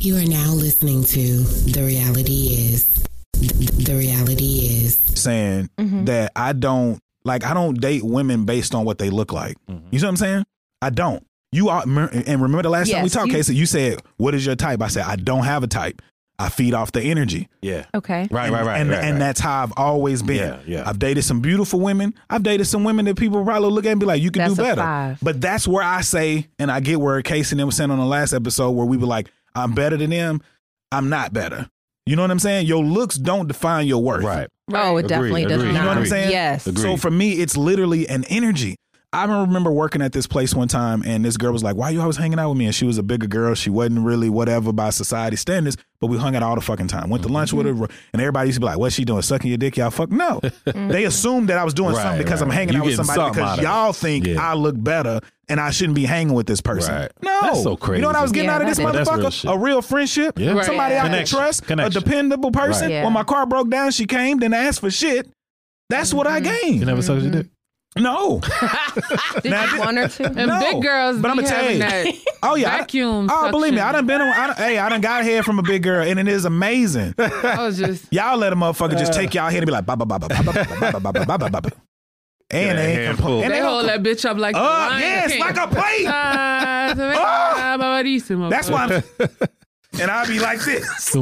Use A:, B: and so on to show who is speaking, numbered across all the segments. A: You are now listening to The Reality Is. The Reality Is.
B: saying
C: Mm-hmm.
B: that I don't like I don't date women based on what they look like.
D: Mm-hmm.
B: You see what I'm saying? I don't. You are mer- and remember the last time we
C: Yes,
B: talked,
C: you-
B: Casey. You said, "What is your type?" I said, "I don't have a type. I feed off the energy."
D: Yeah.
C: Okay.
D: Right,
B: And-
D: right, right.
B: And
D: right,
B: and
D: right.
B: that's how I've always been.
D: Yeah, yeah.
B: I've dated some beautiful women. I've dated some women that people probably look at and be like, "You can
C: That's
B: do
C: a
B: better."
C: five.
B: But that's where I say, and I get where Casey and them was saying on the last episode where we were like, "I'm better than them. I'm not better." You know what I'm saying? Your looks don't define your worth.
D: Right.
C: Oh, it
D: Agreed,
C: definitely does
D: agreed,
B: You
C: not.
B: know what I'm
D: Agreed.
B: saying?
C: Yes.
D: Agreed.
B: So for me, it's literally an energy. I remember working at this place one time, and this girl was like, "Why you always hanging out with me?" And she was a bigger girl. She wasn't really whatever by society standards, but we hung out all the fucking time. Went to lunch with
D: Mm-hmm.
B: her, and everybody used to be like, "What's she doing? Sucking your dick? Y'all fuck no." they assumed that I was doing
D: Right,
B: something because
D: right.
B: I'm hanging
D: You
B: out with
D: getting
B: somebody
D: something
B: because
D: out of it.
B: y'all think
D: Yeah.
B: I look better and I shouldn't be hanging with this person.
D: Right.
B: No,
D: That's so
B: You know what I was
D: crazy.
B: getting
C: Yeah,
B: out of this
C: that
D: is- But
B: motherfucker?
D: that's real
B: a real friendship,
D: Yeah. Right.
B: somebody I can
D: Connection.
B: trust,
D: Connection.
B: a dependable person.
D: Right.
C: Yeah.
B: When my car broke down, she came, didn't ask for shit. That's what I
D: You
B: gained.
D: never sucked your dick?
B: No.
C: Did
B: Now,
C: you
B: thi-
C: one or two?
E: Them
B: No,
E: big girls
B: but
E: be
B: I'ma tell
E: having
B: you.
E: that
B: Oh yeah. I-
E: vacuum.
B: oh, believe me, I done
E: suction.
B: been on. I done, hey, I done got head from a big girl, and it is amazing.
E: I was just
B: Y'all let a motherfucker just take y'all head and be like, ba ba ba ba ba ba ba ba ba ba ba ba ba, and
D: Get a
B: they ain't
D: handful.
B: compl- and
E: they
B: don't
E: hold
B: compl-
E: that bitch up like the
B: up.
E: Lion
B: Yes,
E: King.
B: like a plate.
E: Ah, so make- ah, barbarísimo,
B: That's
E: bro.
B: why. I'm, and I be like this.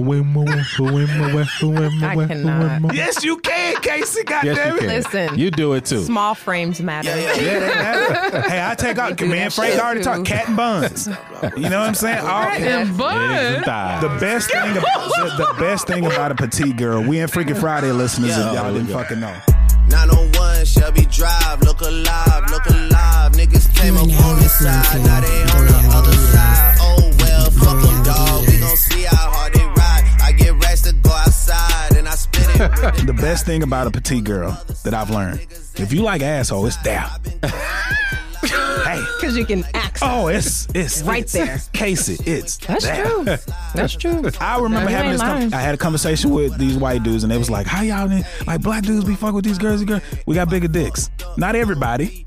C: I cannot.
B: Yes, you can, Casey. God
D: Yes,
B: damn
D: you
B: it.
D: can.
C: Listen.
D: You do it too.
C: Small frames matter.
B: Yeah, they matter. hey, I take out
C: do
B: man.
C: that
B: Frank
C: shit
B: already
C: too.
B: talked cat and buns. You know what I'm saying? All,
E: And
D: Eggs and
E: but
D: thighs.
B: The best thing, about, the, the best thing about a petite girl, we in Freaking Friday listeners, if y'all didn't fucking know.
F: 901 Shelby Drive, look alive, look alive. Niggas came up
A: Now
F: on the
A: listening
F: side,
A: to
F: now they
A: The
F: on the other
A: Reality
F: side. Oh well, fuck them
A: Reality
F: dog. We
A: Is.
F: gon' see how hard they ride. I get racks to go outside and I spit it.
B: The best thing about a petite girl that I've learned, if you like asshole, it's there. hey,
C: Because you can access.
B: oh, it's it's
C: Right
B: it's,
C: there.
B: Casey. It's
C: That's
B: there.
C: true. That's true.
B: I remember
C: You
B: having this.
C: ain't
B: con-
C: lying.
B: I had a conversation with these white dudes, and they was like, "How y'all in- like black dudes be fuck with these girls? And girls, we got bigger dicks. Not everybody,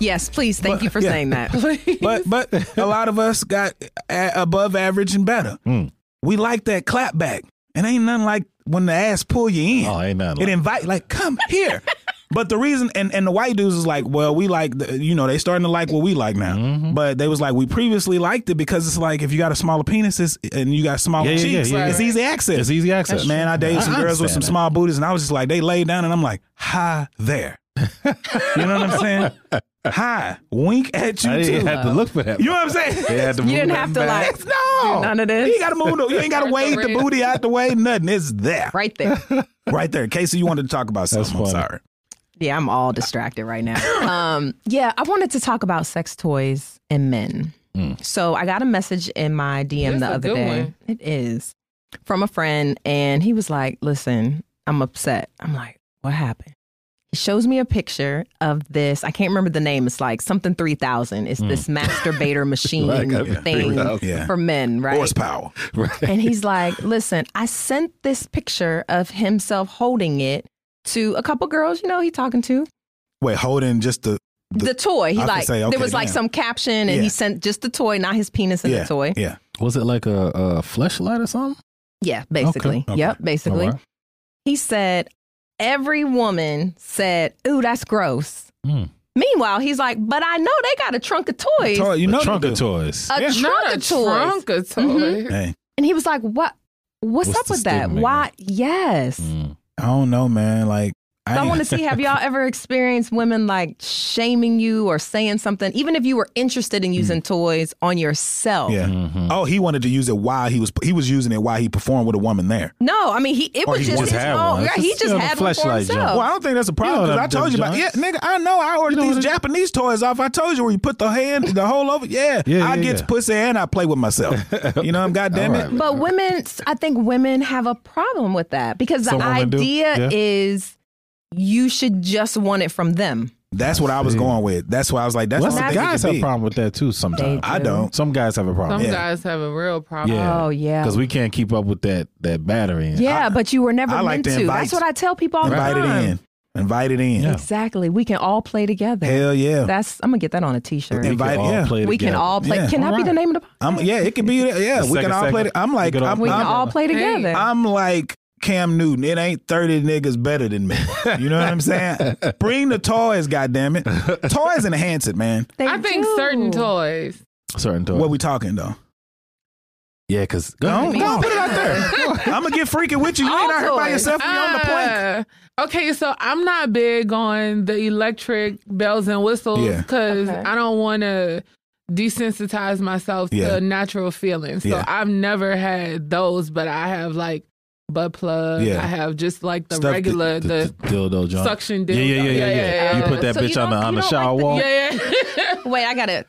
C: Yes, please. Thank you for
B: yeah.
C: saying that.
B: but but a lot of us got a- above average and better.
D: Hmm.
B: We like that clap back, and ain't nothing like when the ass pull you in.
D: Oh, ain't nothing
B: It
D: like-
B: invite like come here. But the reason and, and the white dudes is like, well, we like the, you know they starting to like what we like now.
D: Mm-hmm.
B: But they was like, we previously liked it because it's like if you got a smaller penis it's- and you got smaller
D: Yeah, yeah, yeah,
B: cheeks,
D: yeah,
B: it's
D: yeah.
B: easy access.
D: It's easy access.
B: Man, I dated some girls with some
D: understand
B: small booties, and I was just like, they lay down, and I'm like, hi there. you know what I'm saying? Hi, wink at
D: that.
B: you
D: I
B: too.
D: didn't have to look for that.
B: You know what I'm saying?
D: They had to
C: You
D: move
C: didn't
D: that
C: have to
D: back.
C: like
B: No,
C: do none of this.
B: You ain't got to move. The, you ain't got to wade the
E: red.
B: booty out the way. Nothing. It's there, right,
C: right there.
B: there. Casey, you wanted to talk about something? I'm
D: funny.
B: sorry.
C: Yeah, I'm all distracted right now. Um, yeah, I wanted to talk about sex toys and men. So I got a message in my DM
E: Hmm. That's
C: the
E: a
C: other
E: good
C: day.
E: one.
C: It is from a friend, and he was like, "Listen, I'm upset." I'm like, "What happened?" He shows me a picture of this. I can't remember the name. It's like something three thousand. It's this
E: Hmm.
C: masturbator machine
D: Like a
C: thing
D: 3000.
B: Yeah.
C: for men, right?
B: Horsepower.
C: And he's like, listen, I sent this picture of himself holding it to a couple girls, you know, he talking to.
B: Wait, holding just the
C: The, toy. He
B: I was gonna
C: like
B: say, okay,
C: there was like
B: damn.
C: some caption and he
B: Yeah.
C: sent just the toy, not his penis and
B: yeah,
C: the toy.
B: yeah.
D: Was it like a, a fleshlight or something?
C: Yeah, basically.
B: okay.
C: Yep, basically.
D: All right.
C: He said, every woman said, ooh, that's gross.
B: Hmm.
D: Mm.
C: Meanwhile, he's like, but I know they got a trunk of toys.
B: Toy, you
D: a
B: know
D: trunk
B: they
D: of
B: do.
D: toys.
C: a trunk
E: not
C: of
E: a
C: toys.
E: trunk of toys.
C: Mhm.
B: Hey,
C: And he was like, what? What's,
D: What's
C: up
D: the
C: with that?
D: stigma,
C: Why? Yes.
B: Hmm.
D: Mm.
B: I don't know, man. Like, I,
C: So I
B: ain't-
C: want to see have y'all ever experienced women like shaming you or saying something, even if you were interested in using
B: Hmm.
C: toys on yourself?
B: Yeah.
D: Mm-hmm.
B: Oh, he wanted to use it while he was he was using it while he performed with a woman there.
C: No, I mean he it
B: Or
C: was
B: he
C: just
B: just
C: his
D: had
C: own.
D: one.
C: Yeah,
D: It's
C: he
D: just,
C: just
D: you know,
C: had
D: the
C: one for
D: fleshlight
C: himself.
D: junk.
B: Well, I don't think that's a problem
D: You know
B: because I
D: them-
B: told you
D: them
B: about. Yeah, nigga,
D: joints.
B: I know I ordered
D: You know
B: these
D: what it-
B: Japanese toys off. I told you where you put the hand, the whole over. Yeah,
D: Yeah,
B: I
D: yeah,
B: get
D: yeah.
B: pussy and I play with myself. You know, I'm goddamn
D: All
B: it.
D: right.
C: But women, I think women have a problem with that because
D: Some
C: the
D: women do,
C: idea
D: yeah.
C: is you should just want it from them.
B: That's what I was going with. That's why I was like, that's
D: Well,
B: what
D: some
C: not-
D: guys have a problem with that too sometimes.
C: They
B: I don't.
D: Some guys have a problem.
E: Some
B: Yeah.
E: guys have a real problem.
D: Yeah.
C: Oh, yeah.
D: Because we can't keep up with that that battery.
C: Yeah, but you were never
B: I like
C: meant
B: to
C: to.
B: invite-
C: That's what I tell people all the
B: Invited
C: time.
B: in. Invited in.
C: Exactly. We can all play together.
B: Hell yeah.
C: That's I'm gonna get that on a t-shirt.
B: We Invite-
D: all
B: yeah.
D: play
C: we can
D: together.
C: all play.
B: Yeah.
C: Can that be the name of the?
B: I'm, yeah, it could be. Yeah,
D: The
B: we can
D: second
B: all play.
D: segment.
B: The, I'm
D: We
B: like,
D: could all
B: I'm,
D: play
C: We can
B: I'm-
D: together.
C: all play
E: Hey.
C: together.
B: I'm like Cam Newton. It ain't 30 niggas better than me. You know what I'm saying? Bring the toys, goddammit. Toys enhance it, man.
C: They
E: I think
C: do.
E: certain toys.
D: Certain toys.
B: What we talking though?
D: yeah, because
B: Don't, don't put it out there. I'm gonna get freaking with you. You ain't out here by
C: toys.
B: yourself. You on the plank.
E: Uh, okay, so I'm not big on the electric bells and whistles
B: Yeah.
E: because
C: Okay.
E: I don't want to desensitize myself
B: Yeah.
E: to natural feelings. So
B: Yeah.
E: I've never had those, but I have like butt plug.
B: Yeah.
E: I have just like the
B: Stuff that-
E: regular the,
D: dildo joint.
E: suction
D: Yeah, yeah, yeah,
E: dildo.
D: yeah,
E: Yeah,
D: yeah.
E: yeah,
D: You
E: yeah.
D: put that
C: So you
D: bitch on the
C: don't-
D: on
C: you
D: the
C: don't
D: shower
C: like the-
D: wall.
E: yeah, yeah.
C: Wait, I got it.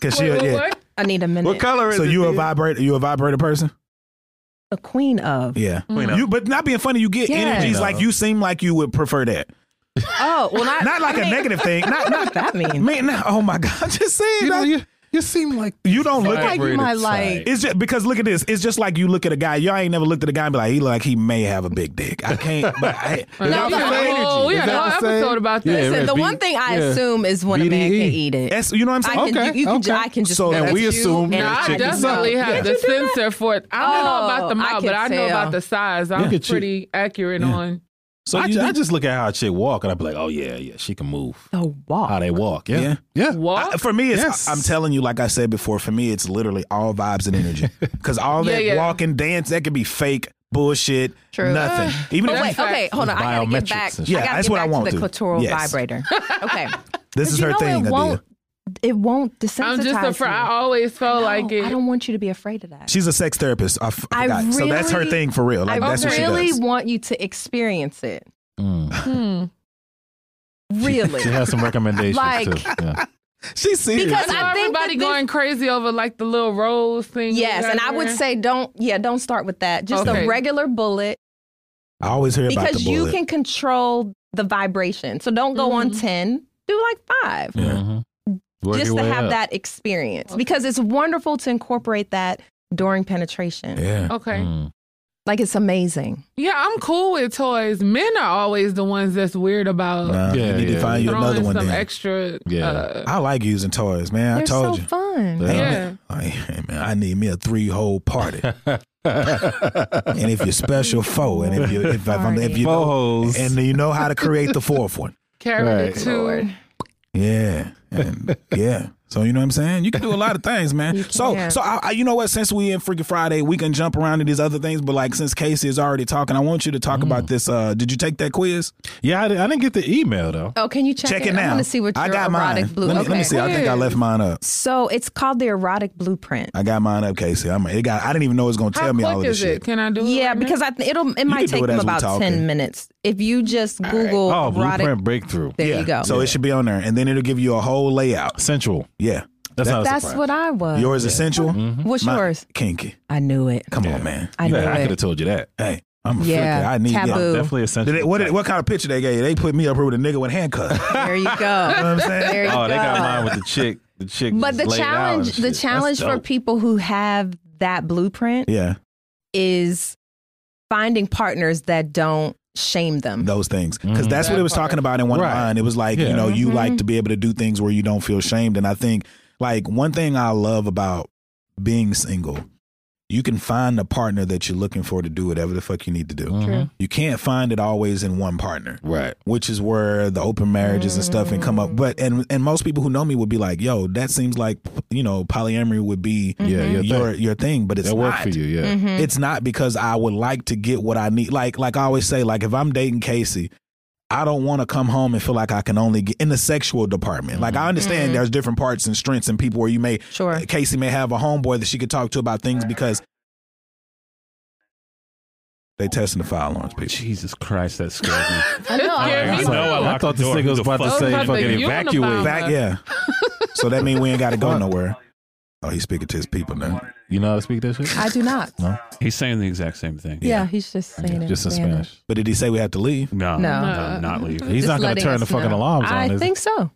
B: Cause she,
E: Wait, Ah. what,
B: yeah.
E: what?
C: I need a minute.
D: color
B: So you a vibrator? You a vibrator person?
C: a queen of.
B: Yeah. You, but not being funny, you get
C: Yeah.
B: energies like you seem like you would prefer that.
C: Oh, well, not
B: Not like
C: I
B: a
C: mean,
B: negative thing. Not,
C: What
B: not
C: does that mean?
B: man. no, oh my god! Just saying.
D: You know,
B: that.
D: you, you seem like
B: You don't look
C: like
B: at
C: you
D: vibrated
C: might like-
D: side.
B: it's just because look at this. It's just like you look at a guy. Y'all ain't never looked at a guy and be like, he look like he may have a big dick. I can't. But I,
E: No,
C: that the
E: but-
C: same?
E: oh, we
D: Is
E: had a
D: that
E: whole
D: the same?
E: episode about
D: Yeah,
E: that.
C: Listen,
D: right,
C: the
D: B-
C: one thing I
D: yeah.
C: assume is when a man can
D: BDE.
C: eat it.
B: that's you know what I'm
C: I
B: saying.
C: can,
D: Okay,
C: ju- you can, ju-
D: okay.
C: I can just.
B: So
C: look
B: then
C: at
D: we
C: you
D: assume
C: and
D: that
E: Nah,
C: I
E: I
D: chick
C: can
D: is up.
E: definitely
C: tell.
D: Yeah.
E: have the sensor for it. I don't know
C: Oh,
E: about
C: I
E: the mouth,
C: can
E: but I know
C: tell.
E: about the size.
D: Look
E: I'm
D: at you.
E: pretty accurate on.
B: So
D: I,
B: you
D: ju- I
B: think-
D: just look at how a chick walk and I be like, oh yeah, yeah, she can move.
C: The
D: How
C: walk.
D: they walk, yeah,
B: Yeah.
E: What?
B: I- for me, it's,
D: Yes.
B: I'm telling you, like I said before, for me, it's literally all vibes and energy. Because all that
E: Yeah, yeah.
B: walking, dance, that could be fake, bullshit,
C: True.
B: nothing. Even
C: But
B: if
C: Oh, wait, okay, hold on. I gotta get
D: Biometrics
C: back.
D: and
B: shit.
C: I
B: Yeah,
C: gotta
B: that's
C: get
B: what I
C: back
B: want
C: to the
B: to.
C: clitoral
B: Yes.
C: vibrator. Okay,
B: this is
C: you
B: her
C: know
B: thing,
C: It
B: Adia.
C: won't. It won't desensitize
E: I'm just afraid.
C: you.
E: I always
C: No,
E: felt like
C: I
E: it.
C: don't want you to be afraid of that.
B: She's a sex therapist. I f-
C: I
B: forgot. so that's her
C: really-
B: thing for real. Like
C: I
B: that's what
C: really
B: she does.
C: want you to experience it.
D: Mm.
E: Hmm.
C: Really.
D: She has some recommendations
C: Like-
D: too. Yeah.
B: She's serious.
C: Because
E: So
C: I think that
E: everybody
C: this-
E: going crazy over like the little rose thing.
C: Yes, and I would
E: whatever.
C: say don't yeah, don't start with that. Just
E: Okay.
C: a regular bullet
B: I always hear about the
C: because you
B: bullet.
C: can control the vibration. So don't go on 10, do like 5.
D: Mhm. Work
C: Just
D: your
C: to
D: way
C: have
D: up.
C: that experience because it's wonderful to incorporate that during penetration.
B: yeah.
E: Okay.
D: Mm.
C: Like it's amazing.
E: Yeah, I'm cool with toys. Men are always the ones that's weird about
B: Nah,
D: Yeah,
B: you need to
D: yeah,
B: find
D: yeah.
B: you another
E: throwing
B: one
E: some
B: then.
E: extra.
D: Yeah.
E: Uh,
B: I like using toys, man. I
C: They're
B: told
C: so
B: you.
C: fun.
D: Yeah.
E: yeah.
B: Like, hey, man, I need me a three hole party.
D: Mm.
B: and if you're special, four. And if you if, if, I'm- if you know,
D: Bohos.
B: and you know how to create the fourth one.
E: Carry
D: Right.
E: the two.
B: Yeah, and yeah. So you know what I'm saying? You can do a lot of things, man.
C: You
B: So
C: can.
B: so I, I, you know what? Since we in Freaky Friday, we can jump around to these other things. But like since Casey is already talking, I want you to
C: Mm.
B: talk about this. Uh, did you take that quiz?
D: yeah, I, di- I didn't get the email though.
C: Oh, can you check,
B: Check it,
C: it? I
B: now.
C: want to see what your
B: I got
C: erotic
B: mine.
C: blue.
B: Let me,
C: okay.
B: let me see. I think I left mine up.
C: So it's called the erotic blueprint.
B: I got mine up, Casey. I'm. It got. I didn't even know it was gonna
E: How
B: tell me all of
E: quick
B: this
E: is
B: shit.
E: it? Can I do it?
C: Yeah,
E: right now?
C: because I th- it'll it
B: can
C: might
B: do
C: take
B: it
C: them
B: as we
C: about
B: talking.
C: ten minutes if you just Google
D: Oh,
C: erotic.
D: blueprint breakthrough.
C: There
B: yeah.
C: you go.
B: So it should be on there, and then it'll give you a whole layout.
D: Central.
B: Yeah.
D: That's not a
C: That's
D: surprise. Mm-hmm.
C: what I was.
B: Yours essential.
C: What's
B: Mine-
C: yours?
B: Kinky.
C: I knew it.
B: Come on, man.
C: I knew
D: yeah, I could have
C: it.
D: told you that.
B: Hey, I'm a
C: Yeah,
B: freaky. I need.
C: taboo. Ooh.
D: Definitely a
B: Did
D: central.
B: it, what, did- what kind of picture they gave you? They put me up here with a nigga with handcuffs. you
C: There you
B: know what
C: go.
B: I'm saying?
C: There you
D: Oh,
C: go.
D: they got mine with the chick. The chick.
C: but
D: just
C: the
D: laid out and
C: challenge,
D: shit.
C: the
D: That's
C: challenge for
D: dope.
C: people who have that blueprint
B: Yeah,
C: is finding partners that don't shame them.
B: those things. Because
D: Mhm.
B: that's what it was
E: That part.
B: talking about in one
D: Right.
B: line. It was like, you
D: Yeah.
B: know, you like to be able to do things where you don't feel shamed. And I think, like, one thing I love about being single, you can find the partner that you're looking for to do whatever the fuck you need to do.
D: Mhm.
B: You can't find it always in one partner.
D: Right.
B: which is where the open marriages and stuff can come up. But and and most people who know me would be like, "Yo, that seems like you know polyamory would be
D: Yeah, your
B: your
D: thing.
B: your thing," but it's
D: That
B: not.
D: worked for you. Yeah.
C: Mm-hmm.
B: It's not because I would like to get what I need. Like like I always say, like if I'm dating Casey. I don't want to come home and feel like I can only get in the sexual department. Like I understand there's different parts and strengths and people where you may
C: Sure.
B: Casey may have a homeboy that she could talk to about things because they testing the fire alarms, people.
G: Jesus Christ, that scared me.
C: I know.
E: Yeah,
D: I,
E: me
D: was
E: too.
D: like, I thought this nigga was about to
E: fuck
D: say
E: is that
D: fucking
E: nigga? You on the
D: evacuate.
E: phone.
B: Back, yeah. so that means we ain't got to go nowhere. Oh, he's speaking to his people now.
C: Mm-hmm.
D: You know how to speak that shit?
C: I do not.
D: No.
G: He's saying the exact same thing.
C: Yeah, he's just saying it.
D: Just in Spanish.
B: But did he say we have to leave?
G: No,
C: No.
G: no, not leave.
D: He's
C: Just
D: not going to
C: letting
D: turn
C: us
D: the fucking
C: know.
D: alarms on.
C: I
D: is
C: think so.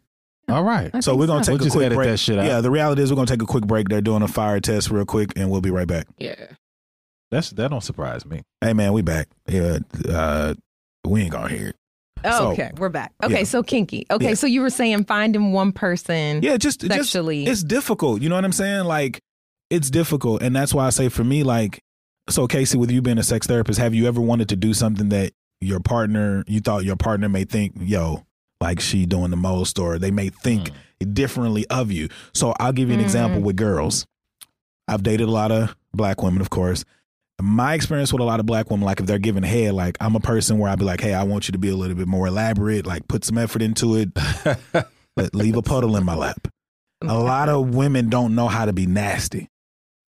D: he? All right.
C: I
B: So
C: think
B: we're gonna
C: so.
B: take
D: We'll
B: a
D: just
B: quick
D: edit
B: break.
D: that shit out.
B: Yeah, the reality is we're gonna take a quick break. They're doing a fire test real quick, and we'll be right back.
E: Yeah.
D: That's that don't surprise me.
B: Hey man, we back. Yeah, uh, we ain't gonna hear it.
C: Oh,
B: So-
C: okay, we're back. Okay,
B: Yeah.
C: so kinky. Okay,
B: Yeah.
C: so you were saying finding one person.
B: yeah, just just-
C: sexually.
B: it's difficult. You know what I'm saying? Like, it's difficult, and that's why I say for me, like, so Casey, with you being a sex therapist, have you ever wanted to do something that your partner, you thought your partner may think, yo, like she doing the most, or they may think differently of you? So I'll give you an example with girls. I've dated a lot of black women, of course. My experience with a lot of black women, like if they're giving head, like I'm a person where I'd be like, hey, I want you to be a little bit more elaborate, like put some effort into it, but leave a puddle in my lap. A lot of women don't know how to be nasty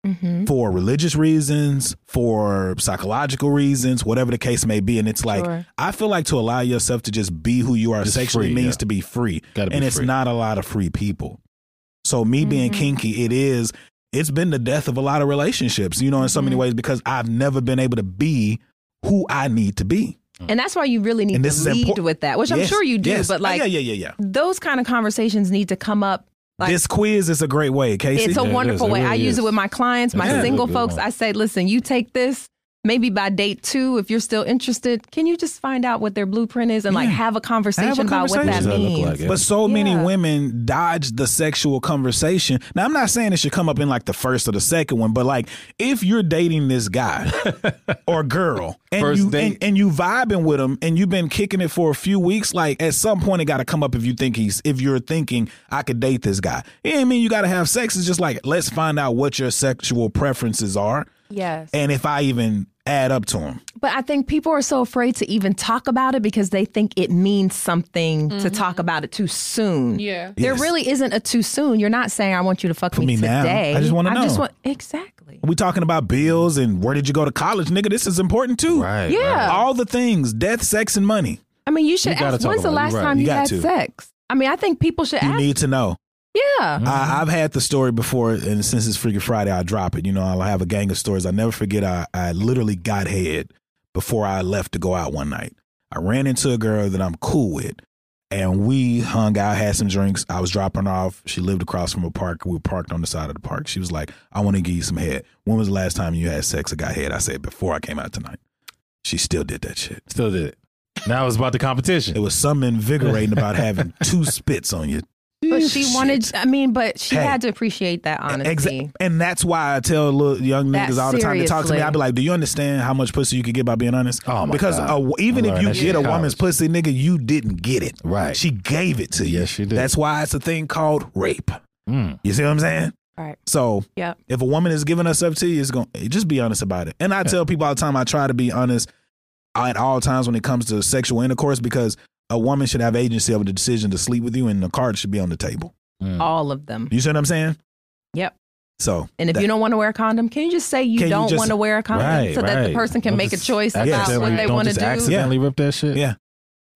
C: Mm-hmm.
B: for religious reasons, for psychological reasons, whatever the case may be. And it's like,
C: Sure.
B: I feel like to allow yourself to just be who you are
D: Just
B: sexually
D: free,
B: means
D: yeah.
B: to be free.
D: Gotta be
B: and it's
D: free.
B: not a lot of free people. So, me being
C: Mm-hmm.
B: kinky, it is, it's been the death of a lot of relationships, you know, in so
C: Mm-hmm.
B: many ways, because I've never been able to be who I need to be.
C: And that's why you really need
B: And
C: to
B: this is
C: lead
B: important.
C: with that, which I'm
B: Yes,
C: sure you do.
B: yes.
C: But
B: Oh,
C: like
B: yeah, yeah, yeah, yeah.
C: those kind of conversations need to come up. Like
B: this quiz is a great way, Casey.
C: it's a
D: Yeah, it
C: wonderful
D: is. It
C: way. I
D: really
C: use it
D: is.
C: with my clients, my
B: That's a
C: single
D: good
C: folks.
D: one.
C: I say, listen, you take this. Maybe by date two, if you're still interested, can you just find out what their blueprint is and like
B: Yeah.
C: have a conversation about
B: conversation. What
C: what that
B: does
D: that look
C: means?
D: like? Yeah.
B: But so many
C: Yeah.
B: women dodge the sexual conversation. Now, I'm not saying it should come up in like the first or the second one, but like if you're dating this guy or girl and
D: First
B: you
D: date.
B: and, and you vibing with him and you've been kicking it for a few weeks, like at some point it got to come up if you think he's if you're thinking I could date this guy. It ain't mean you got to have sex. It's just like let's find out what your sexual preferences are
C: Yes.
B: and if I even add up to them.
C: But I think people are so afraid to even talk about it because they think it means something to talk about it too soon.
E: Yeah.
C: There
B: Yes.
C: really isn't a too soon. You're not saying I want you to fuck me,
B: me now.
C: today.
B: I just wanna know.
C: exactly.
B: We talking about bills and where did you go to college, nigga? This is important too.
D: Right.
C: Yeah.
B: all the things death sex and money
C: I mean, you should
D: gotta
C: ask
D: talk
C: when's the
D: about it.
C: last
D: You're right.
C: time
B: You
C: you,
B: got
C: had
B: to.
C: sex? I mean, I think people should
B: you
C: ask.
B: need to know
C: yeah.
B: I, i've had the story before and since it's freaking friday i'll drop it you know i'll have a gang of stories i never forget i, I literally got head before i left to go out one night i ran into a girl that i'm cool with and we hung out had some drinks i was dropping her off she lived across from a park we were parked on the side of the park she was like i want to give you some head when was the last time you had sex or got head i said before i came out tonight she still did that shit
D: Still did it. Now it's about the
B: it
D: competition.
B: was something invigorating about having two spits on you
C: But she
B: Shit.
C: wanted, I mean, but she
B: Hey.
C: had to appreciate that honesty.
B: Exa- and that's why I tell little young
C: That
B: niggas all the time to talk to me.
C: seriously.
B: I be like, "Do you understand how much pussy you could get by being honest?"
D: Oh, my
B: because
D: God.
B: a w- even
D: Learn
B: if you
D: that shit
B: get a
D: in college.
B: woman's pussy, nigga, you didn't get it.
D: Right.
B: She gave it to you.
D: Yes, she did.
B: That's why it's a thing called rape.
D: Mm.
B: You see what I'm saying?
C: Right.
B: So
C: Yep.
B: if a woman is giving herself to you, it's going to just be honest about it. And I tell people all the time, I try to be honest at all times when it comes to sexual intercourse because a woman should have agency over the decision to sleep with you, and the card should be on the table.
D: mm.
C: All of them.
B: You see what I'm saying?
C: Yep.
B: So
C: And if
B: that-
C: you don't want to wear a condom, can you just say you
B: Can you
C: don't
B: just-
C: want to wear a condom
D: Right,
C: so that the
D: right.
C: person can
D: Don't
C: make a
D: just
C: choice about
B: accidentally-
C: what they
D: don't
C: want to
D: just
C: do?
D: Accidentally rip that shit.
B: Yeah.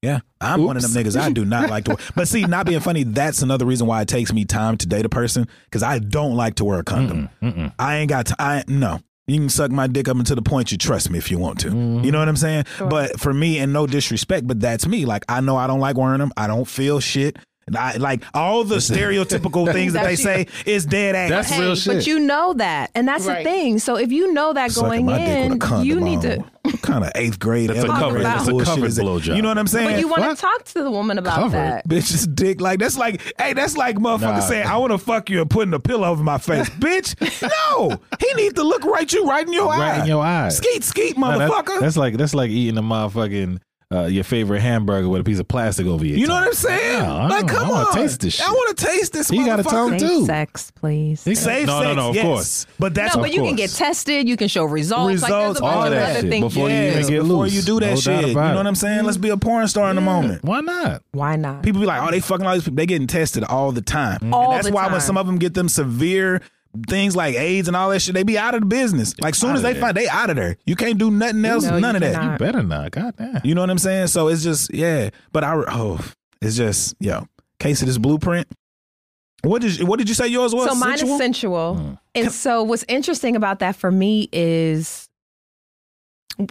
B: Yeah. I'm one of them
D: Oops.
B: niggas. I do not like to wear. But see, not being funny, that's another reason why it takes me time to date a person because I don't like to wear a condom.
D: Mm-mm.
B: I ain't got t I no. You can suck my dick up until the point you trust me if you want to.
D: Mm-hmm.
B: You know what I'm saying? But for me, and no disrespect, but that's me. Like I know I don't like wearing them. I don't feel shit. And I, like all the stereotypical things that they
C: That's
B: say is dead ass.
D: That's real
C: Hey,
D: shit.
C: but you know that, and that's
E: Right.
C: the thing. So if you know that
B: Sucking
C: going
B: my dick with a
C: in,
B: condom Oh.
C: you need to.
B: on. What kind of eighth grade.
D: That's a
B: elementary
C: covered- that's a
B: bullshit
D: covered
B: is it?
D: blowjob.
B: You know what I'm saying?
C: But you want
D: What?
C: to talk to the woman about
D: Covered.
C: that.
B: Bitch's dick. Like that's like, hey, that's like motherfucker
D: Nah.
B: saying, I want to fuck you and putting a pillow over my face. Bitch, no. He needs to look right you right in your eye.
D: Right in your eye.
B: Skeet, skeet,
D: Nah, that-
B: motherfucker.
D: that's like that's like eating a motherfucking uh, your favorite hamburger with a piece of plastic over your.
B: you know
D: tongue.
B: what I'm saying?
D: Yeah, I
B: like,
D: don't-
B: come
D: I wanna
B: on.
D: taste this shit.
B: I want to taste this
D: He got a
B: motherfucker.
D: tongue,
C: Safe
D: Dude.
C: sex, please.
D: He-
B: Safe
D: no,
B: sex,
D: no, no, of
B: yes.
D: course.
B: But that's
C: no,
D: of
C: but you can
D: course.
C: get tested. You can show results.
B: results,
C: like, there's a bunch
B: all
C: of
B: that
C: other
B: shit
C: things.
D: before you even
C: Yes.
D: get loose.
B: before you do that
D: No doubt
B: shit. You know
D: about it. Mm-hmm.
B: what I'm saying? Let's be a porn star in the moment.
D: Why not?
C: Why not?
B: People be like, oh, they fucking all these people. They getting tested all the time. And
C: All
B: that's
C: the
B: why when
C: time.
B: some of them get them severe things like AIDS and all that shit, they be out of the business. Like soon
D: Outta
B: as they
D: there.
B: find they out of there. You can't do nothing else,
C: No, you
B: none of that.
C: cannot.
D: Better not. God damn.
B: You know what I'm saying? So it's just yeah. But I oh, it's just yo case of this blueprint. What did you, what did you say yours was?
C: so mine
B: Sensual?
C: is sensual.
D: Mm.
B: Can-
C: And so what's interesting about that for me is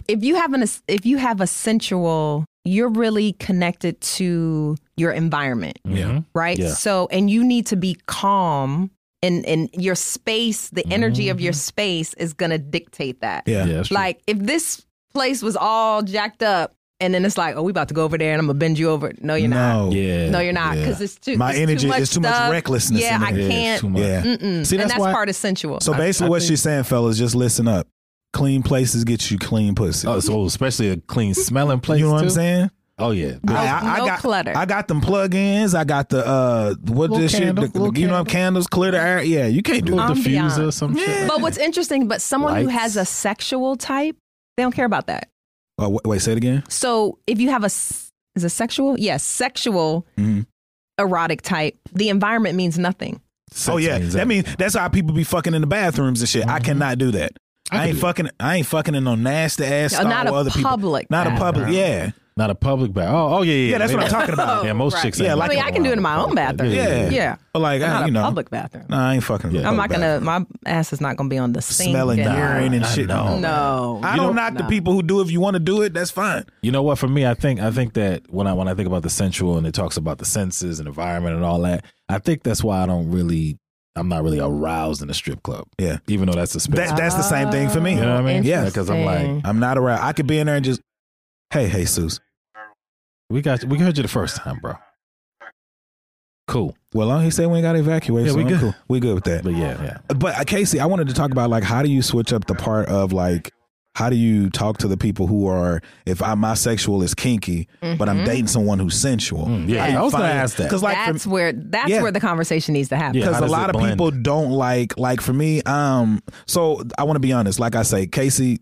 C: if you have an if you have a sensual, you're really connected to your environment,
B: Mm-hmm.
D: Mhm.
C: right?
D: Yeah.
C: So and you need to be calm and and your space, the energy of your space is going to dictate that.
B: Mm-hmm. yeah.
D: Yeah. that's true.
C: Like if this place was all jacked up and then it's like, oh, we about to go over there, and I'm gonna bend you over. No, you're not.
B: no.
D: Yeah.
C: No, you're not,
B: Yeah.
C: because it's too.
B: My
C: it's
B: energy-
C: too much
B: it's too much
C: stuff.
B: recklessness
C: Yeah,
B: in
C: I
B: there.
D: Yeah, it's
C: can't.
D: too much.
B: Yeah.
C: Mm-mm.
B: See,
C: and
B: that's
C: that's
B: why-
C: part of sensual.
B: So basically, what she's saying, fellas, just listen up. Clean places get you clean pussy.
D: Oh, so especially a clean smelling place.
B: you know what
D: too?
B: I'm saying?
D: Oh yeah.
B: I,
C: no
B: got,
C: clutter.
B: I got them plug-ins. I got the uh, what
D: Little
B: this shit?
D: candle,
B: the-
D: little
B: you know, what,
D: candle.
B: candles, clear the air. Yeah, you can't do
D: Little
B: that.
C: Um, Ambiance.
D: diffuser or some shit.
C: but what's interesting, but someone who
D: Lights.
C: has a sexual type, they don't care about that.
B: Oh, wait, wait, say it again.
C: So if you have a s- is it sexual? Yes, sexual
B: Mhm.
C: erotic type. The environment means nothing.
B: oh yeah, that
D: means
B: means that's how people be fucking in the bathrooms and shit. I cannot do that. I,
D: Mm-hmm. can
B: ain't
D: do
B: fucking. I ain't fucking in no nasty ass.
C: No, not
B: stall
C: a
B: with other people.
C: public
B: Not a
C: bathroom.
B: public. Yeah,
D: not a public bath. Oh, oh yeah, yeah.
B: Yeah, that's
D: they
B: what I'm
D: don't.
B: talking about.
D: Yeah, most
C: Right.
D: chicks.
B: Yeah,
D: ain't
B: like-
C: I mean, I can do it in my own bathroom.
B: Yeah.
C: Yeah,
B: but like
C: But
B: I,
C: not
B: you
C: a
B: know,
C: public bathroom.
B: Nah, I ain't fucking. in
D: Yeah.
B: the
C: I'm not
B: public
C: gonna.
B: bathroom.
C: My ass is not gonna be on the sink.
B: smelling
C: and-
B: urine and
D: I
B: shit.
D: know.
C: No,
B: I don't knock the people who do. it. If you want to do it, that's fine.
D: You know what? For me, I think I think that when I when I think about the sensual and it talks about the senses and environment and all that, I think that's why I don't really, I'm not really aroused in a strip club.
B: Yeah.
D: even though that's the space.
B: That, that's the same thing for me.
D: you know what I mean?
B: Yeah.
D: because I'm like,
C: Interesting.
B: I'm not around. I could be in there and just, hey, hey, Sus.
D: we got we heard you the first time, bro. Cool,
B: Well, he said we ain't got to evacuate.
D: Yeah,
B: so
D: we
B: I'm
D: good.
B: Cool. We good with that.
D: but yeah, yeah.
B: But uh, Casey, I wanted to talk about like how do you switch up the part of like how do you talk to the people who are if I my sexual is kinky, but I'm dating someone who's sensual.
D: Mm, yeah. I was gonna ask that.
B: because like for-
C: that's where that's
B: Yeah.
C: where the conversation needs to happen.
D: Yeah.
B: because
D: how
B: a
D: does it
B: lot of
D: blend?
B: people don't like like for me um so i want to be honest like i say casey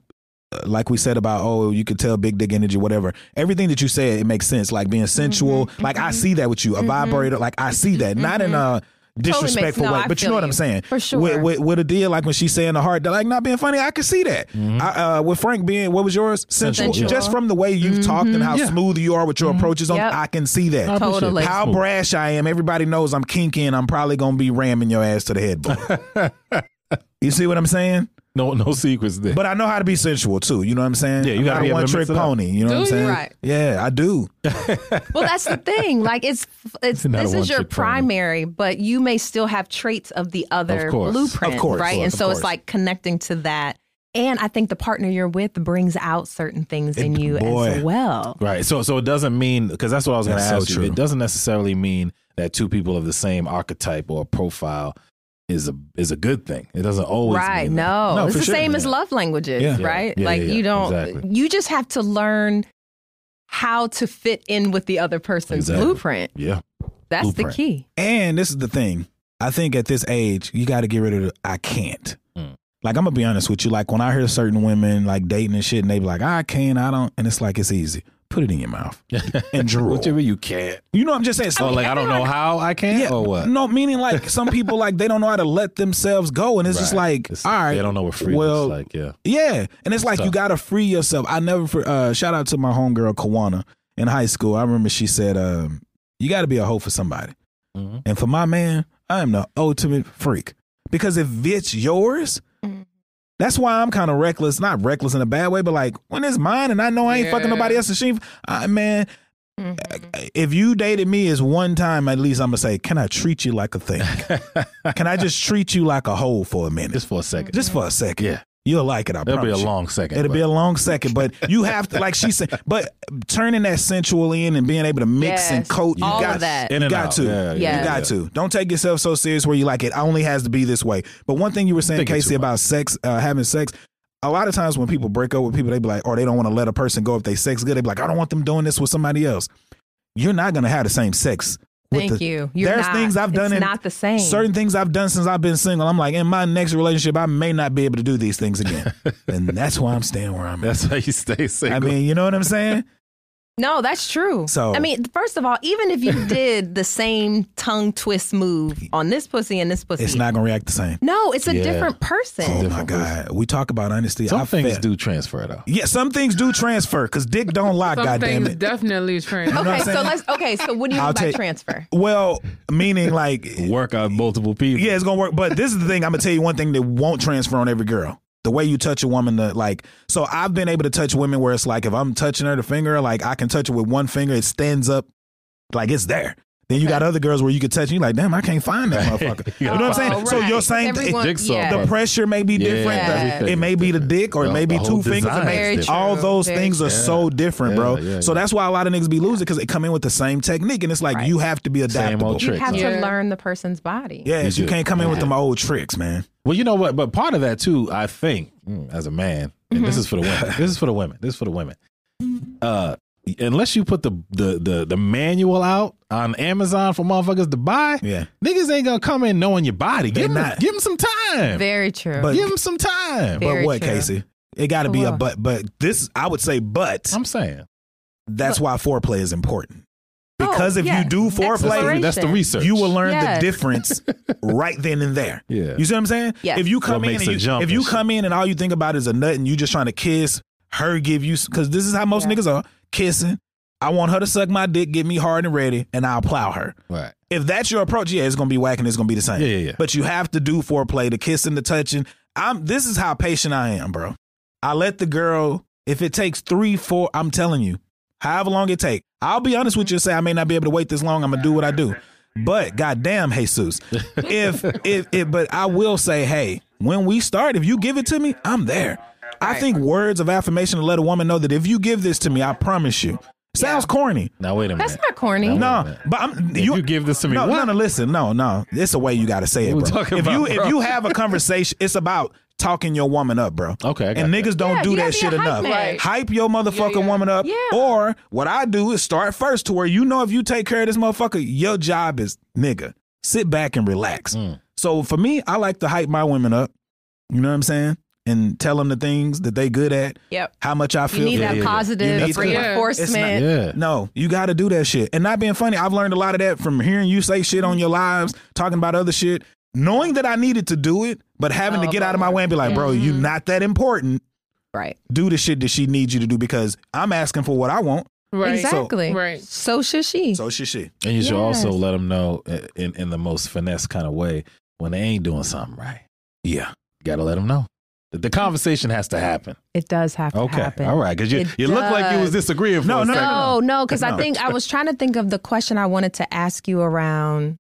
B: uh, like we said about oh you could tell big dick energy whatever everything that you said it makes sense like
C: Mm-hmm.
B: being sensual like i see that with you a vibrator like i see that not in a
C: Mm-hmm. makes-
B: disrespectful
C: no,
B: way
C: I
B: but you
C: feel
B: know what i'm
C: you.
B: saying
C: For sure.
B: with, with, with a deal like when she's saying the heart like not being funny i can see that
D: Mm-hmm.
B: I, uh, with frank being what was yours sensual,
D: Sensual.
B: just from the way you've talked and how smooth you are with your approaches on
C: Mm-hmm. Yep.
B: i can see that
C: Totally.
B: how brash I am. Everybody knows I'm kinky and I'm probably going to be ramming your ass to the headboard. you see what I'm saying?
D: No, no secrets there.
B: But I know how to be sensual too. You know what I'm saying?
D: Yeah, you gotta
B: I'm not
D: be
B: a
D: able to
B: one
D: mix
B: trick
D: it up.
B: pony. You know what I'm
E: Do you?
B: saying?
C: Right.
B: Yeah, I do.
C: Well, that's the thing. Like it's it's
D: Not a
C: this is your
D: one-trick pony.
C: primary, but you may still have traits of the other
D: Of course.
C: blueprint,
B: Of course.
C: right? and
B: Of
C: so
B: course.
C: it's like connecting to that. And I think the partner you're with brings out certain things in
B: It-
C: you
B: boy.
C: as well.
D: Right. So so it doesn't mean because that's what I was going to
B: That's so
D: ask you.
B: true.
D: It doesn't necessarily mean that two people of the same archetype or profile is a is a good thing. It doesn't always
C: Right.
D: mean that.
C: No,
B: No,
C: it's
B: for
C: the
B: sure.
C: same as
D: Yeah.
C: love languages,
B: Yeah.
D: Yeah.
C: right?
D: Yeah,
C: like
D: yeah, yeah.
C: you don't,
D: Exactly.
C: you just have to learn how to fit in with the other person's
D: Exactly.
C: blueprint.
D: Yeah.
C: That's
D: Blueprint.
C: the key.
B: And this is the thing. I think at this age, you got to get rid of the I can't.
D: Mm.
B: Like I'm gonna be honest with you. Like when I hear certain women like dating and shit, and they be like, "I can't, I don't," and it's like it's easy. Put it in your mouth and drool.
D: What you mean you can't?
B: You know what I'm just saying? So
D: Oh, like I don't know how I can
B: Yeah. Mm-hmm.
D: or what.
B: No, meaning like some people like they don't know how to let themselves go, and it's just
D: Right.
B: like
D: It's-
B: all right,
D: They don't know what freedom
B: well,
D: is like. Yeah.
B: yeah, and it's like you
D: tough.
B: gotta free yourself. I never for, uh, shout out to my homegirl Kawana in high school. I remember she said, um, "You got to be a hoe for somebody,"
D: Mhm.
B: and for my man, I am the ultimate freak because if it's yours. That's why I'm kind of reckless, not reckless in a bad way, but like when it's mine and I know I ain't fucking nobody else, and she, I, man, if you dated me is one time at least, I'm gonna say, can I treat you like a thing? can I just treat you like a hoe for a minute,
D: Just for a second.
B: just for a second?
D: Yeah.
B: you'll like it. I
D: It'll be a
B: promise you.
D: long second.
B: It'll be
D: but-
B: a long second, but you have to, like she said, but turning that sensual in and being able to mix and
C: Yes,
B: coat, you
C: all
B: got
C: of that.
D: in
B: you
D: and
B: got
D: out.
B: to.
D: Yeah,
B: you
C: yeah,
B: got to. Don't take yourself so serious where you like it only has to be this way. But one thing you were saying,
D: Thinking
B: Casey,
D: too
B: about sex, uh, having sex. A lot of times when people break up with people, they be like, or they don't want to let a person go if they sex good. They be like, I don't want them doing this with somebody else. You're not gonna have the same sex. with
C: Thank
B: the-
C: you. You're
B: there's
C: not.
B: things I've done
C: It's
B: in
C: not the same.
B: Certain things I've done since I've been single. I'm like, in my next relationship, I may not be able to do these things again, and that's why I'm staying where I'm at.
D: That's how you stay single.
B: I mean, you know what I'm saying?
C: No, that's true.
B: So-
C: I mean, first of all, even if you did the same tongue twist move on this pussy and this pussy,
B: It's not gonna react the same.
C: No, it's a
D: Yeah.
C: different person.
B: Oh my
D: Different
B: god, we talk about honesty.
D: some
B: I
D: things
B: felt-
D: do transfer though.
B: Yeah, some things do transfer because dick don't lie.
E: Some
B: God damn
E: things
B: it.
E: definitely shrink.
B: know what
C: Okay,
B: I'm
C: so
B: saying?
C: let's. Okay, so what do you
B: I'll
C: mean by
B: take-
C: transfer?
B: Well, meaning like,
D: Work on multiple people.
B: yeah, it's gonna work. But this is the thing. I'm gonna tell you one thing that won't transfer on every girl. The way you touch a woman, the like. So I've been able to touch women where it's like if I'm touching her the finger, like I can touch it with one finger, it stands up, like it's there. Then you got other girls where you could touch. You like, damn, I can't find that motherfucker. You know what I'm saying?
C: Oh,
B: So
C: right.
B: your same thing.
C: Everyone-
G: Dick suck.
C: yeah.
B: The pressure may be
D: Yeah,
B: different. The-
D: everything
B: It may
D: is
B: be the
D: different.
B: dick, or it
D: The-
B: may
D: the
B: be
D: whole
B: two fingers. It
D: design
B: may-
D: is different.
B: all those
C: Very
B: things are
C: true.
B: so different, bro.
D: Yeah, yeah,
B: So
D: yeah.
B: that's why a lot of niggas be losing because they come in with the same technique, and it's like
C: Right.
B: you have to be
D: Same
B: adaptable.
D: old
C: You
D: trick.
C: have to
E: Yeah.
C: learn the person's body.
B: Yes,
D: You
B: you
D: do.
B: can't come in with them old tricks, man.
D: Well, you know what? But part of that too, I think, mm, as a man, and
B: Mm-hmm.
D: this is for the women. this is for the women. This is for the women. Uh, unless you put the the the, the manual out on Amazon for motherfuckers to buy,
B: Yeah.
D: niggas ain't gonna come in knowing your body.
B: They
D: Give them,
B: not.
D: give them some time.
C: Very true.
B: But-
D: give them some time.
B: But
C: Very
B: what,
C: true.
B: Casey? It got to be a
C: Well.
B: but. But this, I would say, but
D: I'm saying
B: that's why foreplay is important.
C: Oh,
B: Because if
C: yes.
B: you do foreplay,
C: Exploration.
D: that's the research.
B: you will learn
C: Yes.
B: the difference right then and there.
D: Yeah.
B: You see what I'm saying?
C: Yes.
B: If you come in,
D: makes
B: and
D: a
B: you,
D: jump
B: if you
D: and shit.
B: come in and all you think about is a nut, and you just trying to kiss her, give you because this is how most
C: Yeah.
B: niggas are kissing. I want her to suck my dick, get me hard and ready, and I'll plow her.
D: right.
B: If that's your approach, yeah, it's gonna be whack and it's gonna be the same.
D: Yeah, yeah, yeah.
B: But you have to do foreplay, the kissing, the touching. I'm this is how patient I am, bro. I let the girl, if it takes three, four, I'm telling you, however long it take. I'll be honest with you and say I may not be able to wait this long. I'm gonna do what I do. But goddamn, Jesus. If if it but I will say, hey, when we start, if you give it to me, I'm there. I think words of affirmation to let a woman know that if you give this to me, I promise you. Sounds corny.
D: Now wait a minute.
C: That's not corny.
B: No, but I'm,
D: If you give this to me,
B: No,
D: what?
B: no, no. Listen, no, no. It's a way you got to say it,
D: What we
B: bro. If
D: talking
B: you
D: about,
B: if
D: bro?
B: you have a conversation, it's about talking your woman up, bro.
D: Okay, I got
B: and
D: that.
B: niggas don't
C: Yeah,
B: do
C: you
B: that
C: gotta be
B: shit
C: a hype
B: enough.
C: man. Right.
B: Hype your motherfucking woman up.
C: Yeah.
B: Or what I do is start first to where you know if you take care of this motherfucker, your job is nigga. Sit back and relax.
D: Hmm.
B: So for me, I like to hype my women up. You know what I'm saying? And tell them the things that they good at.
C: Yep.
B: How much I
C: You
B: feel.
C: need
B: for
C: that
B: them.
C: positive
B: You need to- It's not-
C: reinforcement.
D: yeah.
B: No, you got to do that shit. And not being funny, I've learned a lot of that from hearing you say shit on your lives, talking about other shit, knowing that I needed to do it, but having to
C: Oh,
B: get out of
C: Lord.
B: my way and be like, bro, you not that important.
C: Right.
B: Do the shit that she needs you to do because I'm asking for what I want.
E: Right.
C: Exactly.
E: Right.
C: So should she.
B: So should she.
D: And you should also
C: Yes.
D: let them know i- in, in the most finesse kind of way when they ain't doing something right. Yeah. You got to let them know. The, the conversation has to happen.
C: it does have to
D: Okay.
C: happen.
D: All right. Because you,
C: It
D: you look like you was
C: does.
D: disagreeing for
B: No,
D: a
B: no,
D: second.
C: No, Oh, no, because
B: No.
C: I think I was trying to think of the question I wanted to ask you around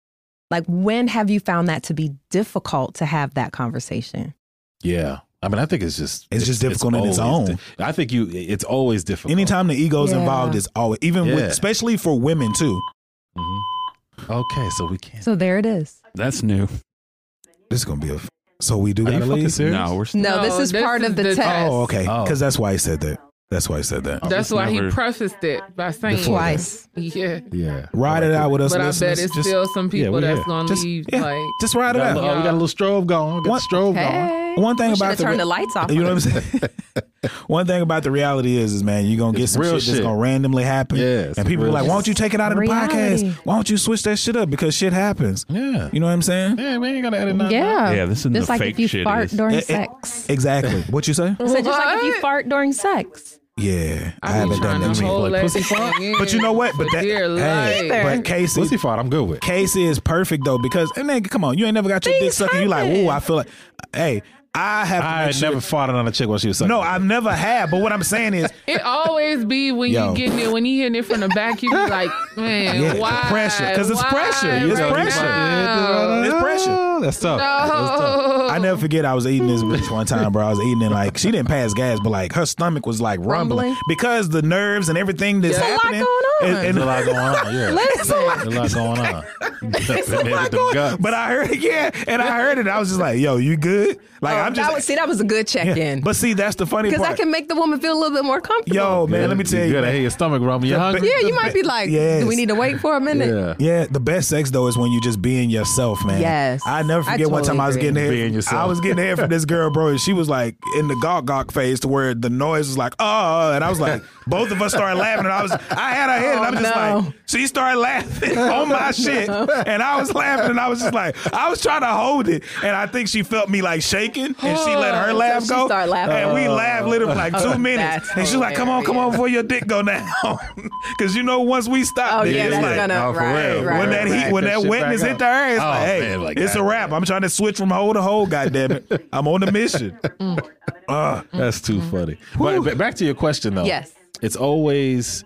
C: like when have you found that to be difficult to have that conversation?
D: Yeah. I mean, I think it's just.
B: It's just difficult on its
D: always
B: own.
D: di- I think you, it's always difficult.
B: Anytime the ego's
C: Yeah.
B: involved, it's always, even with,
D: Yeah.
B: especially for women too.
D: Mhm. Okay. So we can't.
C: So there it is.
G: That's new.
B: This is going to be a. F- so we do
D: Are you
B: got to
D: fucking
B: leave?
D: serious?
G: No, we're still.
C: No,
E: No,
C: this is
E: this
C: part
E: is
C: of the
E: the-
C: test.
B: Oh, okay.
D: Oh.
B: Because that's why he said that. That's why he said that.
E: That's
G: It's
E: why he
G: never-
E: prefaced it by saying
C: Twice.
E: Yeah.
D: Yeah.
B: Ride it out with us.
E: But I bet
B: listeners.
E: it's
B: Just-
E: still some people
D: we
E: that's
D: here.
E: gonna
B: just,
E: leave
B: yeah,
E: like
B: just ride
D: Got
B: it
D: a
B: out.
D: little- oh, we got a little strobe going. We got
B: One-
D: the strobe going.
C: Hey.
B: One thing
C: We
B: about
C: should've
B: the
C: turned
B: re-
C: the lights off.
B: You know what I'm saying? One thing about the reality is, is man, you're gonna get
D: It's
B: some
D: real
B: shit, that's
D: shit.
B: gonna randomly happen.
D: Yeah, it's
B: and people are
D: real
B: like,
D: shit.
B: "Why don't you take it out of the
C: Reality.
B: podcast? Why don't you switch that shit up? Because shit happens."
D: Yeah.
B: You know what I'm saying?
D: Yeah. We ain't going to edit nothing. out.
C: Yeah.
G: Yeah, this isn't
C: Just
G: the
C: like
G: fake
C: if you
G: shit,
C: fart
G: it is.
C: during
B: It- it-
C: sex.
B: Exactly. What you say?
C: I said just like if you
E: What?
C: fart during sex.
B: Yeah, I,
E: I be
B: haven't done
E: trying
B: that.
E: to
B: shit.
E: hold
D: Like
E: that
D: pussy
E: shit
D: fart?
E: in
B: But you know what?
E: for
B: But that,
E: dear
B: hey,
E: life.
B: but Casey,
D: Pussy fart, I'm good with.
B: Casey is perfect though because and nigga, come on, you ain't never got your dick
C: Things
B: sucking. You like,
C: happen.
B: ooh, I feel like, hey, I have. To
D: I
B: make
D: had
B: sure-
D: never farted on a chick while she was sucking.
B: No,
D: dick.
B: I've never had. But what I'm saying is,
E: It always be when
B: Yo.
E: you getting it when you hitting it from the back, you be like, man,
B: Yeah, the
E: why?
B: pressure, 'cause it's
E: Why
B: pressure. It's
E: right
B: pressure.
E: now?
B: It's pressure.
D: That's tough.
E: No.
B: I
C: Oh.
B: never forget I was eating this bitch one time, bro. I was eating and like she didn't pass gas, but like her stomach was like rumbling,
C: Rumbling?
B: because the nerves and everything that's
C: There's a lot
B: happening.
C: going on.
B: and-
D: There's a
B: and-
D: lot going on. Yeah.
C: Let's
D: There's a lot going on. There's a lot
B: going- but I heard yeah, and I heard it. I was just like, "Yo, you good?" Like I'm just.
C: that Oh, was, see, that was a good check in.
B: but see, that's the funny
C: because
B: part.
C: I can make the woman feel a little bit more comfortable.
B: Yo, man, let me tell you.
D: You gotta
B: man.
D: hear your stomach rumble. You hungry?
C: yeah, you might be like,
B: Yes.
C: do we need to wait for a minute?
D: Yeah.
B: Yeah, the best sex though is when you just being yourself, man.
C: Yes.
B: I never
C: I
B: forget one time
C: totally
B: I was
C: agree.
B: getting hair.
D: Being yourself.
B: I was getting hair from this girl, bro, and she was like in the gawk gawk phase to where the noise was like, oh, and I was like, both of us started laughing, and I was, I had her head, and I'm just
C: Oh, no.
B: like, she started laughing on my shit, and I was laughing, and I was just like, I was trying to hold it, and I think she felt me like shaking, and she let her
C: Oh, So
B: laugh
C: she
B: go,
C: started laughing.
B: and we laughed literally for like two
C: Oh,
B: minutes,
C: that's
B: and she's like, come on, come on, before your dick go now, because you know once we stop,
C: Oh,
B: nigga,
C: yeah,
B: it's
C: that's
B: like,
C: gonna,
D: oh, for
C: right,
D: real.
C: right,
B: when that
C: right,
B: heat,
C: right.
B: when
D: Pick that
B: that
D: shit
B: wetness
D: back
B: hit
D: up.
B: the earth,
D: Oh,
B: like, hey,
D: man, like,
B: it's a
D: goddamn.
B: wrap. I'm trying to switch from hole to hole. Goddamn it, I'm on a mission. Uh,
D: Mm. That's too funny. But but back to your question though.
C: Mm-hmm. Yes.
D: It's always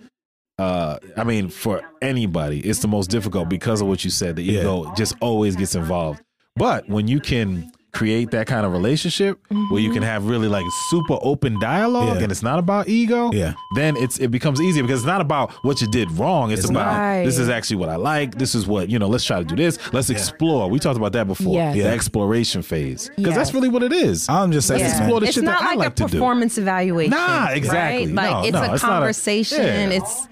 D: uh, I mean, for anybody, it's the most difficult because of what you said. The
B: Yeah.
D: ego just always gets involved. But when you can create that kind of relationship where
C: Mm-hmm.
D: you can have really like super open dialogue
B: Yeah.
D: and it's not about ego,
B: Yeah.
D: then it's it becomes easier because it's not about what you did wrong. It's, about
C: not.
D: this is actually what I like. This is what you know. Let's try to do this. Let's explore. We talked about that before.
C: Yes.
D: The
B: Yeah.
D: exploration phase because
C: Yes.
D: that's really what it is.
B: I'm just saying,
C: Yeah.
B: man.
D: explore the
C: it's
D: shit
C: not
D: that I
C: like,
D: like
C: a
D: to do.
C: performance evaluation.
D: Nah,
C: right?
D: exactly.
C: Like
D: No,
C: it's
D: no,
C: a
D: it's not a-
C: conversation.
D: yeah.
C: It's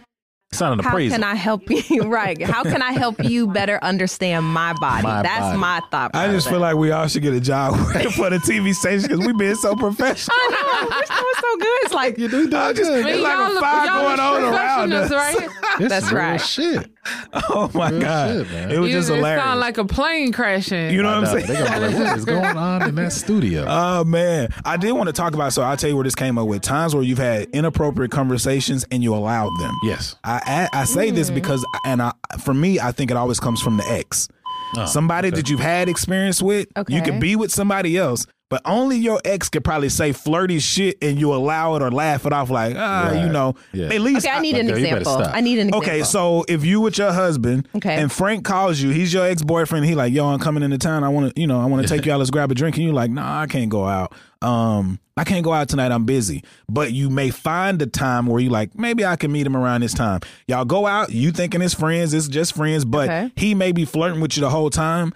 D: It's not an
C: how
D: appraisal.
C: can I help you? right. How can I help you better understand my body?
D: My
C: That's
D: body.
C: my thought.
B: I just
C: process.
B: feel like we all should get a job working for the TV station because we've been so professional.
C: I know. We're doing so good. It's like
B: You do dog just
E: I mean,
B: it's like a
E: y'all-
B: fire
E: y'all
B: going on around us.
E: professionals, right?
D: This
C: That's
D: is real
C: right.
D: Shit.
B: Oh my
D: Real
B: god,
D: shit, man.
B: it was
E: You-
B: just
E: It
B: hilarious.
E: sound like a plane crashing.
B: you know what I'm saying?
D: They're gonna be like, what is going on in that studio?
B: Oh man, I did want to talk about. So I'll tell you where this came up with times where you've had inappropriate conversations and you allowed them.
D: yes.
B: I I, I say this
C: Hmm.
B: because, and I, for me, I think it always comes from the ex,
D: Oh,
B: somebody that you've had experience with. You
C: Okay.
B: could be with somebody else, but only your ex could probably say flirty shit and you allow it or laugh it off like ah,
D: Right.
B: you know.
D: Yeah.
B: At least
C: okay. I need
D: like,
C: an
D: girl, you better
C: example.
D: stop.
C: I need an example.
B: Okay, so if you with your husband,
C: Okay.
B: and Frank calls you, he's your ex boyfriend. He like, yo, I'm coming into town. I want to, you know, I want to take you out. Let's grab a drink. And you like, nah, I can't go out. Um, I can't go out tonight. I'm busy. But you may find a time where you like, maybe I can meet him around this time. Y'all go out. You thinking it's friends? It's just friends. But
C: Okay.
B: he may be flirting with you the whole time.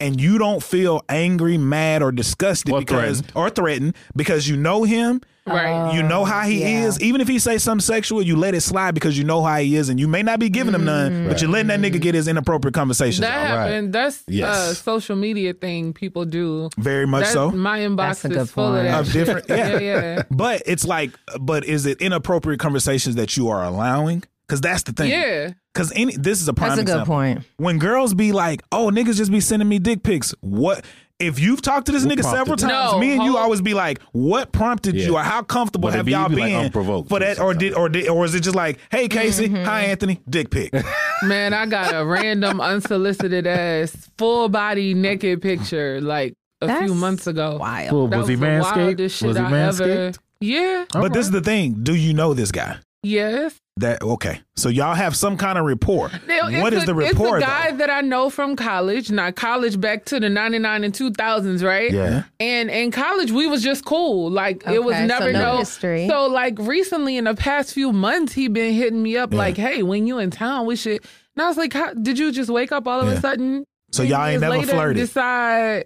B: And you don't feel angry, mad, or disgusted
D: Or
B: because
D: threatened.
B: or threatened because you know him
E: Right.
B: you know how he
C: Um, yeah.
B: is. Even if he say something sexual, you let it slide because you know how he is, and you may not be giving him none, but you're letting that nigga get his inappropriate conversations.
E: That
B: out.
D: right.
E: happened. That's
D: Yes.
E: a social media thing people do.
B: Very much
E: That's-
B: so.
E: My inbox
C: That's a good
E: is full
C: point.
E: of that.
B: Of
E: shit.
B: different- yeah.
E: yeah, yeah.
B: But it's like, but is it inappropriate conversations that you are allowing? Because that's the thing.
E: Yeah.
B: Because any this is a prime
C: that's a good
B: example.
C: point.
B: When girls be like, "Oh, niggas just be sending me dick pics." What if you've talked to this
D: What
B: nigga
D: prompted
B: several
D: it?
B: times?
E: No,
B: me and you
E: hold-
B: always be like, "What prompted
D: Yeah.
B: you, or how comfortable
D: But it
B: have
D: be- you
B: y'all
D: be, like,
B: been
D: unprovoked
B: for that, or
D: sometimes.
B: did, or did, or is it just like, "Hey, Casey,
E: Mm-hmm.
B: hi, Anthony, dick pic."
E: Man, I got a random unsolicited ass full body naked picture like a
C: That's
E: few months ago.
C: Wild.
D: Well,
E: That
D: was he
E: the
D: manscaped? Was
E: wildest
D: he
E: shit I ever.
D: manscaped?
E: Yeah.
B: But this is the thing. Do you know this guy?
E: Yes.
B: That okay. So y'all have some kind of rapport.
E: Now, it's
B: what is
E: a-
B: the rapport
E: It's a guy
B: though?
E: that I know from college. Now, college back to the 99 and 2000s, right?
B: Yeah.
E: And in college, we was just cool. Like, it was
C: Okay, so
E: never
C: no
E: no.
C: history.
E: So, like, recently in the past few months, he been hitting me up like, hey, when you in town, we should. And I was like, How, did you just wake up all of
B: Yeah.
E: a sudden?
B: So
E: 10
B: y'all ain't
E: years
B: never
E: later,
B: flirted.
E: Decide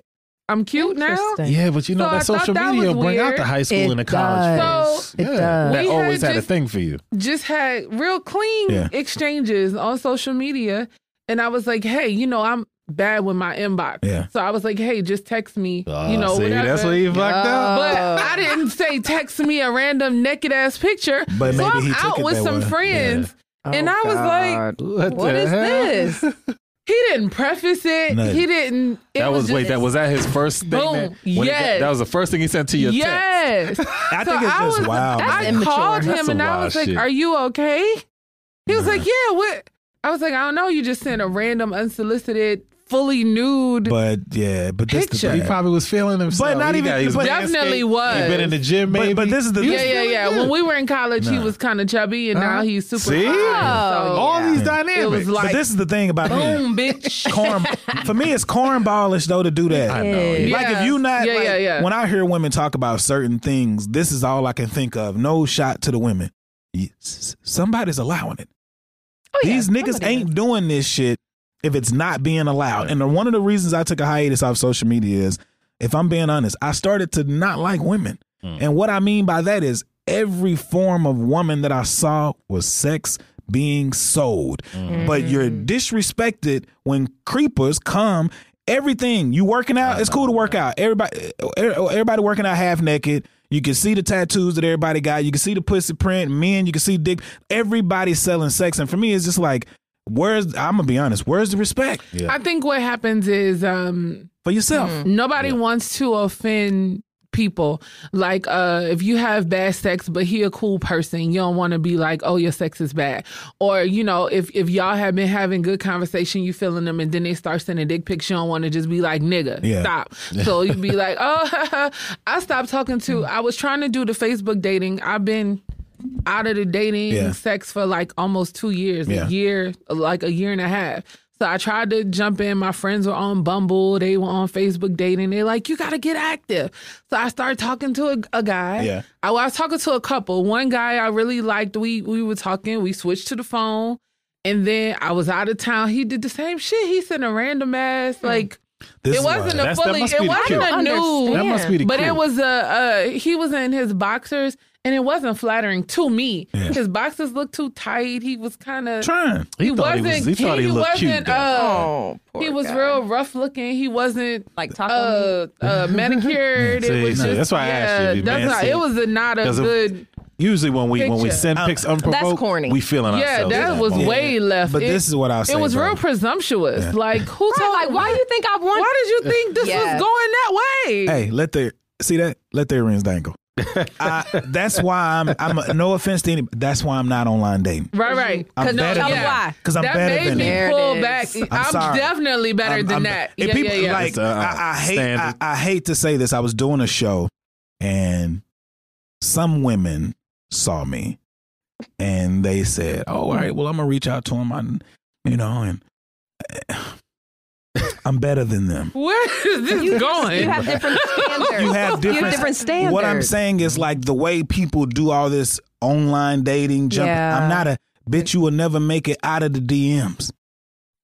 E: I'm cute now?
C: Interesting.
D: Yeah, but you know
E: So
D: that
E: I thought
D: social
E: that
D: media
E: was
D: bring out
E: weird.
D: the high school
C: It
D: and the college.
E: does.
D: phase.
C: So- It
D: yeah,
C: does.
D: that
E: We had
D: always had a
E: just-
D: thing for you.
E: just had real clean
B: Yeah.
E: exchanges on social media. And I was like, hey, you know, I'm bad with my inbox.
B: Yeah.
E: So I was like, hey, just text me,
D: Ah,
E: you know,
D: see,
E: whatever.
D: that's what he Oh. fucked up.
E: but I didn't say text me a random naked ass picture.
B: But
E: so
B: maybe
E: I'm
B: he took
E: out
B: it
E: with
B: that
E: some
B: way.
E: friends. and
C: Oh,
E: I was like,
C: God.
D: What,
C: what
D: the
C: is
D: hell?
C: this?
E: he didn't preface it.
B: Nothing.
E: He didn't. It
D: That was,
E: just-
D: wait. That was that his first statement.
E: Boom.
D: When he got-
E: Yes.
D: that was the first thing he sent to your text.
E: Yes.
B: I
E: So
B: think it's
E: I
B: just
E: was-
B: wild.
C: that's
B: man.
E: I
C: immature.
E: called
D: That's
E: him
D: some
E: and I
D: wild
E: was like,
D: shit.
E: "Are you okay?" He was like, "Yeah." What? I was like, "I don't know." You just sent a random, unsolicited, fully nude.
B: but yeah, but this
E: Picture.
B: the
D: He
B: thing.
D: probably was feeling himself.
B: not
D: He
B: even-
D: got- he was
B: but-
E: Definitely
D: manscaped.
E: was.
D: He been in the gym, maybe.
B: But, but this is the
E: yeah, yeah, yeah. When we were in college, he was kind of chubby, and
B: Uh-huh.
E: now he's super.
D: See?
E: fine. So
D: all
C: Yeah.
D: these
E: it was
D: dynamics.
B: but
E: like,
B: this is the thing about me.
E: boom, bitch.
B: Corn for me it's cornballish though to do that.
D: I know.
C: Yeah.
B: Like if
E: Yeah.
B: you not
E: Yeah,
B: like,
E: yeah, yeah.
B: when I hear women talk about certain things, this is all I can think of. No shot to the women. Y- s- Somebody's allowing it.
C: Oh, yeah,
B: These niggas
C: somebody
B: ain't doing this shit if it's not being allowed. And the- one of the reasons I took a hiatus off social media is, if I'm being honest, I started to not like women. And what I mean by that is every form of woman that I saw was sex being sold. But you're
E: Mm-hmm.
B: disrespected when creepers come. Everything you working out, it's cool to work out. Everybody, er, everybody working out half naked. You can see the tattoos that everybody got. You can see the pussy print. Men, you can see dick. Everybody's selling sex, and for me, it's just like, where's? I'm gonna be honest. Where's the respect
E: I think what happens is um,
B: for yourself?
E: nobody wants to offend people. Like, uh, if you have bad sex, but he a cool person, you don't want to be like, oh, your sex is bad. Or, you know, if, if y'all have been having good conversation, you feeling them, and then they start sending dick pics, you don't want to just be like, nigga,
B: Yeah.
E: stop. So you be like, oh, I stopped talking to, I was trying to do the Facebook dating. I've been out of the dating
B: Yeah.
E: sex for like almost two years,
B: Yeah.
E: a year, like a year and a half. So I tried to jump in. My friends were on Bumble. They were on Facebook dating. They're like, you got to get active. So I started talking to a, a guy.
B: Yeah.
E: I, well, I was talking to a couple. One guy I really liked. We we were talking. We switched to the phone, and then I was out of town. He did the same shit. He sent a random
B: Hmm.
E: ass like
B: This
E: it
B: is why-
E: wasn't a
D: That's- that
E: fully.
D: must be
E: It
D: the
E: wasn't
D: cue.
E: a new.
D: That must be the
E: But
D: cue.
E: it was a uh, he was in his boxers and it wasn't flattering to me. His boxers looked too tight. He was kind of
B: trying.
D: He, thought he was. He thought he, looked
E: wasn't,
D: cute. though.
E: Uh,
C: Oh, poor
E: he was
C: guy.
E: real rough looking. He wasn't
H: Like taco meat.
C: Oh.
E: uh, uh manicured.
D: See,
E: it was
D: see,
E: just,
D: that's why I asked you,
E: yeah,
D: you
E: that's
D: man,
E: not-
D: see.
E: it was a, not a
D: 'Cause of-
E: good.
D: Usually when we when we
E: Picture.
D: send pics unprovoked,
C: corny.
D: we feeling
E: Yeah,
D: ourselves.
E: that
D: at
E: was
D: moment.
E: way left.
B: But
E: It-
B: this is what I'll say.
E: It was
B: bro.
E: real presumptuous. Like who
H: Bro,
E: told?
H: like, why do you think I want?
E: Why did you think this
H: Yeah.
E: was going that way?
B: Hey, let their see that let their rings dangle. I, that's why I'm. I'm no offense to anybody. That's why I'm not online dating.
E: Right, right.
B: I'm
H: 'Cause no,
B: better
H: tell
B: than
E: them
H: why.
B: Because I'm
E: that
B: better
E: made
B: than
E: me
B: that.
H: There it
E: pull
H: is.
E: back. I'm,
B: sorry.
E: definitely better
B: I'm-
E: than
B: I'm-
E: that.
B: if
E: Yeah,
B: people,
E: yeah, yeah.
B: Like,
D: It's, uh,
B: I, I hate, I,
D: standard.
B: I hate to say this. I was doing a show, and some women saw me, and they said, "Oh, all right, well, I'm gonna reach out to them, I, you know, and I'm better than them."
E: Where is this
C: You-
E: going?
C: You have different standards.
B: You have
C: You
B: different.
C: have different standards.
B: What I'm saying is like the way people do all this online dating jump.
C: Yeah.
B: I'm not a bitch. You will never make it out of the DMs.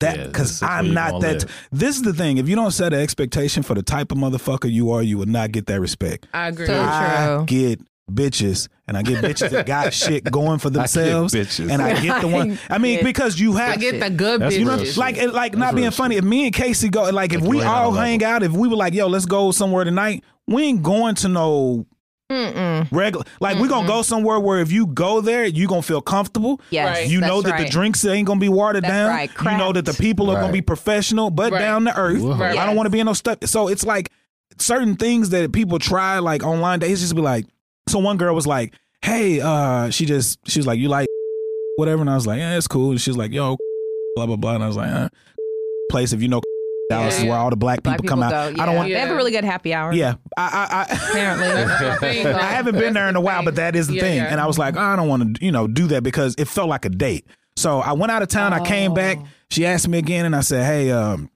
D: Yeah,
B: That
D: this is
B: because
D: where
B: I'm
D: you
B: not
D: gonna
B: that. This is the thing. If you don't set an expectation for the type of motherfucker you are, you will not get that respect.
E: I agree.
C: So-
B: I
C: true.
B: get bitches, and I get bitches that got shit going for
D: get
B: themselves,
D: bitches.
B: and I get the one. I mean,
C: Get-
B: because you have
E: I get the good
D: That's
E: bitches.
D: real
B: you know,
D: shit.
B: like it- like
D: That's
B: not being
D: real
B: funny.
D: shit.
B: If me and Casey go, like if
D: Like,
B: we
D: you ain't on
B: all
D: a
B: hang out, if we were like, yo, let's go somewhere tonight, we ain't going to no regular. Like we gonna go somewhere where if you go there, you gonna feel comfortable.
H: Mm-hmm. Yes,
E: Right.
B: You know
H: that's
B: that the
H: right.
B: drinks ain't gonna be watered
H: That's
B: down.
H: right,
B: You know that the
H: cracked.
B: people are gonna
D: Right.
B: be professional, but
E: Right.
B: down to earth.
D: Whoa.
E: Right.
B: I don't want to be in no stuff. So it's like certain things that people try like online days just be like. So one girl was like, "Hey, uh, she just she was like, you like whatever," and I was like, "Yeah, it's cool." And she was like, "Yo, blah blah blah," and I was like, "Huh." "Place if you know Dallas is
E: yeah.
B: where all the black people
H: Black people
B: come out."
H: go. Yeah.
B: I don't want.
E: Yeah.
C: They have a really good happy hour.
B: Yeah, I I, I
C: Apparently.
E: That's the thing,
B: I
E: right?
B: haven't been
E: That's
B: there in
E: the
B: a while,
E: thing.
B: but that is the
E: Yeah,
B: thing.
E: yeah.
B: And I was like, "Oh, I don't want to, you know, do that because it felt like a date. So I went out of town. I
C: Oh.
B: came back. She asked me again, and I said, Hey, um,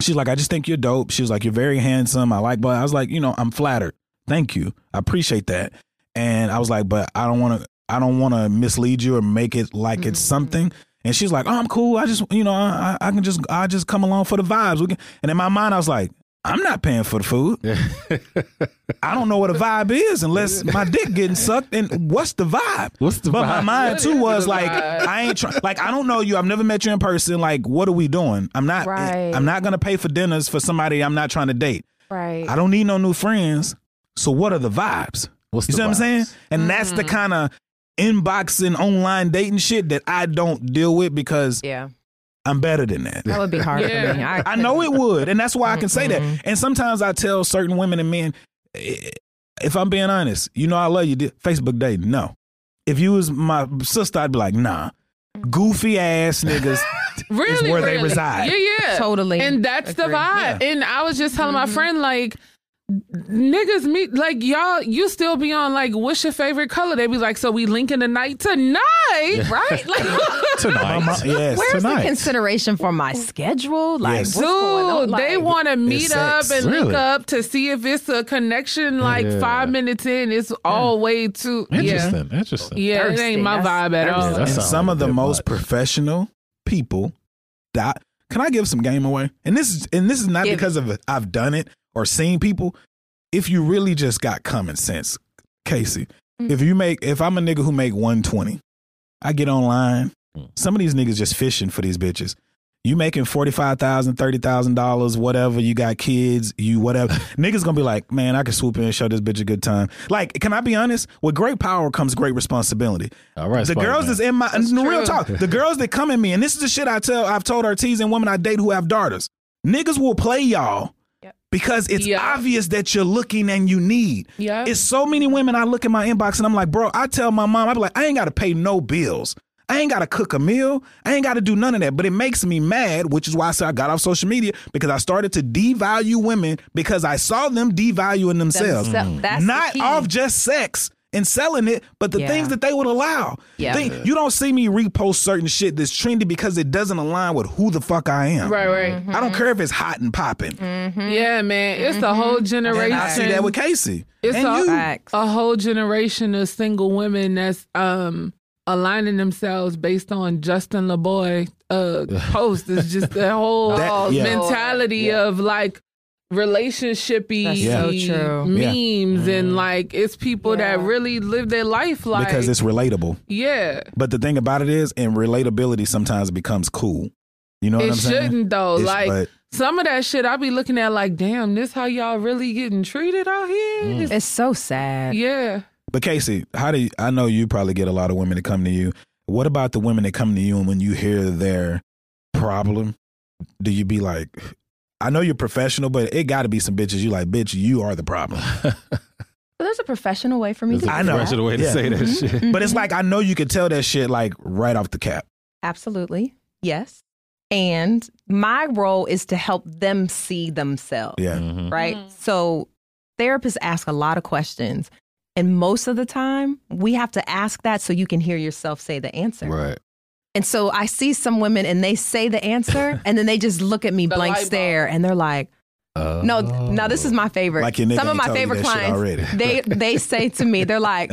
B: she's like, I just think you're dope. She was like, You're very handsome. I like, but I was like, You know, I'm flattered. Thank you. I appreciate that. And I was like, But I don't want to. I don't want to mislead you or make it like it's
C: Mm-hmm,
B: something. And she's like, "Oh, I'm cool. I just, you know, I, I I can just, I just come along for the vibes." We can, and in my mind, I was like, "I'm not paying for the food. I don't know what a vibe is unless my dick getting sucked. And what's the vibe?
D: What's the
B: but my
D: vibe?
B: mind
E: What
B: too
E: is
B: was
E: the
B: like,
E: vibe?
B: I ain't trying. Like, I don't know you. I've never met you in person. Like, what are we doing? I'm not.
H: Right.
B: I'm not gonna pay for dinners for somebody I'm not trying to date.
H: Right.
B: I don't need no new friends. So what are the vibes?
D: What's
B: you
D: the
B: see what I'm saying?
D: vibes?
B: And that's the kind of inboxing online dating shit that I don't deal with because
C: Yeah.
B: I'm better than that.
C: That would be hard
E: Yeah.
C: for me. I,
B: I know it would, and that's why I can say
C: Mm-hmm.
B: that. And sometimes I tell certain women and men, eh, if I'm being honest, you know I love you. di- Facebook dating, no. If you was my sister, I'd be like, nah.
C: Mm-hmm.
B: Goofy ass niggas.
E: really,
B: where they
E: really.
B: reside.
E: Yeah, yeah.
C: totally.
E: And that's the
C: agree. Mm-hmm.
E: vibe. And I was just telling my friend, like, niggas meet, like, y'all, you still be on, like, what's your favorite color? They be like, so we linking tonight? Tonight?
C: right? Like,
B: My mom-
D: Tonight.
B: yes,
C: where's the
B: tonight.
C: consideration for my schedule? Like,
B: Yes.
C: what's going on?
E: Dude, they
C: Like-
E: want to meet
B: sex.
E: up and
D: Really?
E: link up to see if it's a connection. Like
D: Yeah.
E: five minutes in, it's all way too. Yeah,
D: Interesting. Interesting.
E: yeah, it ain't
C: Thirsty.
E: my
C: That's
E: vibe at
D: Yeah,
E: all.
D: that
B: and
D: sounds
B: some
D: like
B: of
D: a
B: the
D: bit
B: most
D: much.
B: professional people that can I give some game away? And this is and this is not
C: Give
B: because of it. I've done it or seen people. If you really just got common sense, Casey, if you make if I'm a nigga who make 120, I get online.
D: Mm.
B: Some of these niggas just fishing for these bitches. You making forty five thousand, thirty thousand dollars, whatever. You got kids, you whatever. Niggas gonna be like, man, I can swoop in and show this bitch a good time. Like, can I be honest? With great power comes great responsibility
D: All right.
B: the girls
D: Spider-Man.
B: that's in my no, real talk. The girls that come at me, and this is the shit I tell. I've told RTs and women I date who have daughters. Niggas will play y'all because it's
E: Yeah.
B: obvious that you're looking and you need.
E: Yeah.
B: it's so many women I look in my inbox and I'm like, bro. I tell my mom, I be like, I ain't got to pay no bills. I ain't got to cook a meal. I ain't got to do none of that. But it makes me mad, which is why I said I got off social media because I started to devalue women because I saw them devaluing themselves
C: Mm.
H: Themsel- that's the
B: not
H: key.
B: off just sex. and selling it, but the
C: Yeah.
B: things that they would allow.
C: Yeah.
B: Think- you don't see me repost certain shit that's trendy because it doesn't align with who the fuck I am.
E: Right, Mm-hmm. right.
B: I don't care if it's hot and popping.
C: Mm-hmm.
E: Yeah, man. It's a whole generation.
B: And I see that with Casey.
E: It's
B: and
E: a-
B: you.
C: Facts.
E: a whole generation of single women that's um aligning themselves based on Justin LeBoy uh post is just the whole
B: That-
E: uh,
B: yeah.
E: mentality of like relationshipy
C: That's so true.
E: memes and like it's people that really live their life like
B: Mm-hmm. because it's relatable.
E: yeah.
B: But the thing about it is, and relatability sometimes becomes cool. You know what
E: It
B: I'm saying?
E: shouldn't though.
B: It's-
E: like
B: but-
E: some of that shit I be looking at like, damn, this how y'all really getting treated out here?
B: Mm.
E: It's-
C: It's so sad.
E: Yeah.
B: But Casey, how do you, I know you probably get a lot of women that come to you? What about the women that come to you and when you hear their problem, do you be like, I know you're professional, but it got to be some bitches. You like, bitch, you are the problem.
C: But there's a professional way for me to do
B: I know.
C: that.
D: Professional way to
B: Yeah.
D: say that shit.
B: But it's like I know you could tell that shit like right off the cap.
C: Absolutely. Yes. And my role is to help them see themselves.
B: Yeah,
D: Mhm.
C: right?
E: Mm-hmm.
C: So therapists ask a lot of questions. And most of the time, we have to ask that so you can hear yourself say the answer.
D: Right.
C: And so I see some women and they say the answer and then they just look at me
E: The
C: blank
E: light bulb.
C: stare and they're like, no, th- no, this is my favorite.
B: Oh. like your nigga
C: some of
B: ain't
C: my
B: told you
C: favorite
B: that shit
C: clients,
B: already.
C: they they say to me, they're like,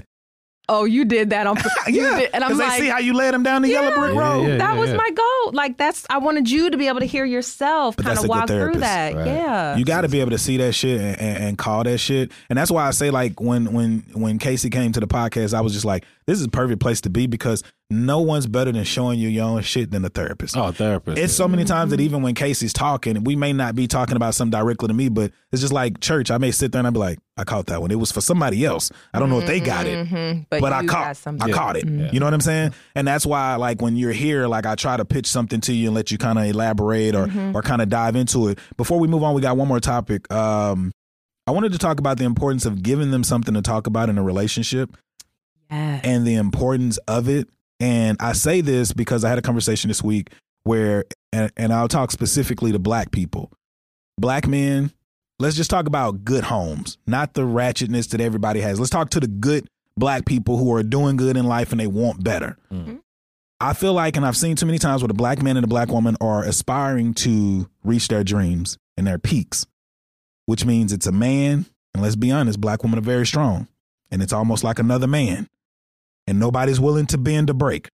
C: "Oh, you did that on pur- you
B: yeah,
C: did-" and I'm
B: 'cause
C: like,
B: they see how you led them down the yellow brick
D: Yeah,
B: road.
D: yeah,
C: that
D: yeah,
C: was
D: yeah.
C: my goal. Like that's I wanted you to be able to hear yourself,
B: But
C: kind
B: that's a
C: of
B: good
C: walk through
B: therapist,
C: that.
D: right.
C: Yeah,
B: You got to be able to see that shit and, and, and call that shit. And that's why I say like when when when Casey came to the podcast, I was just like, this is a perfect place to be because no one's better than showing you your own shit than a therapist.
D: Oh, therapist.
B: It's so many times that even when Casey's talking, we may not be talking about something directly to me, but it's just like church. I may sit there and I'd be like, I caught that one. It was for somebody else. I don't know if they got it
C: Mhm.
B: but, I
C: you
B: caught
C: got something. Mm-hmm.
B: I caught it. You know what I'm saying? And that's why like when you're here, like I try to pitch something to you and let you kind of elaborate or
C: Mm-hmm.
B: or kind of dive into it. Before we move on, we got one more topic. Um I wanted to talk about the importance of giving them something to talk about in a relationship
C: Yes.
B: and the importance of it. And I say this because I had a conversation this week where, and, and I'll talk specifically to black people, black men. Let's just talk about good homes, not the ratchetness that everybody has. Let's talk to the good black people who are doing good in life and they want better. I feel like, and I've seen too many times where the black man and the black woman are aspiring to reach their dreams and their peaks, which means it's a man. And let's be honest, black women are very strong. And it's almost like another man and nobody's willing to bend a break.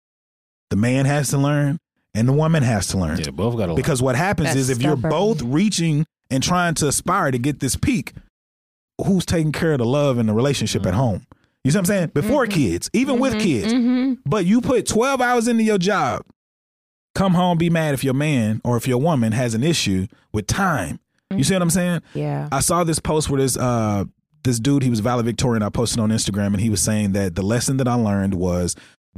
B: The man has to learn and the woman has to learn.
D: Yeah, both got a
B: Because what happens
C: That's
B: is if you're
C: stubborn.
B: both reaching and trying to aspire to get this peak, who's taking care of the love and the relationship at home? You see what I'm saying? Before
C: Mm-hmm.
B: kids, even with kids. But you put 12 hours into your job. Come home, be mad if your man or if your woman has an issue with time. You see what I'm saying?
C: Yeah.
B: I saw this post where this uh this dude he was valedictorian. I posted on Instagram and he was saying that the lesson that I learned was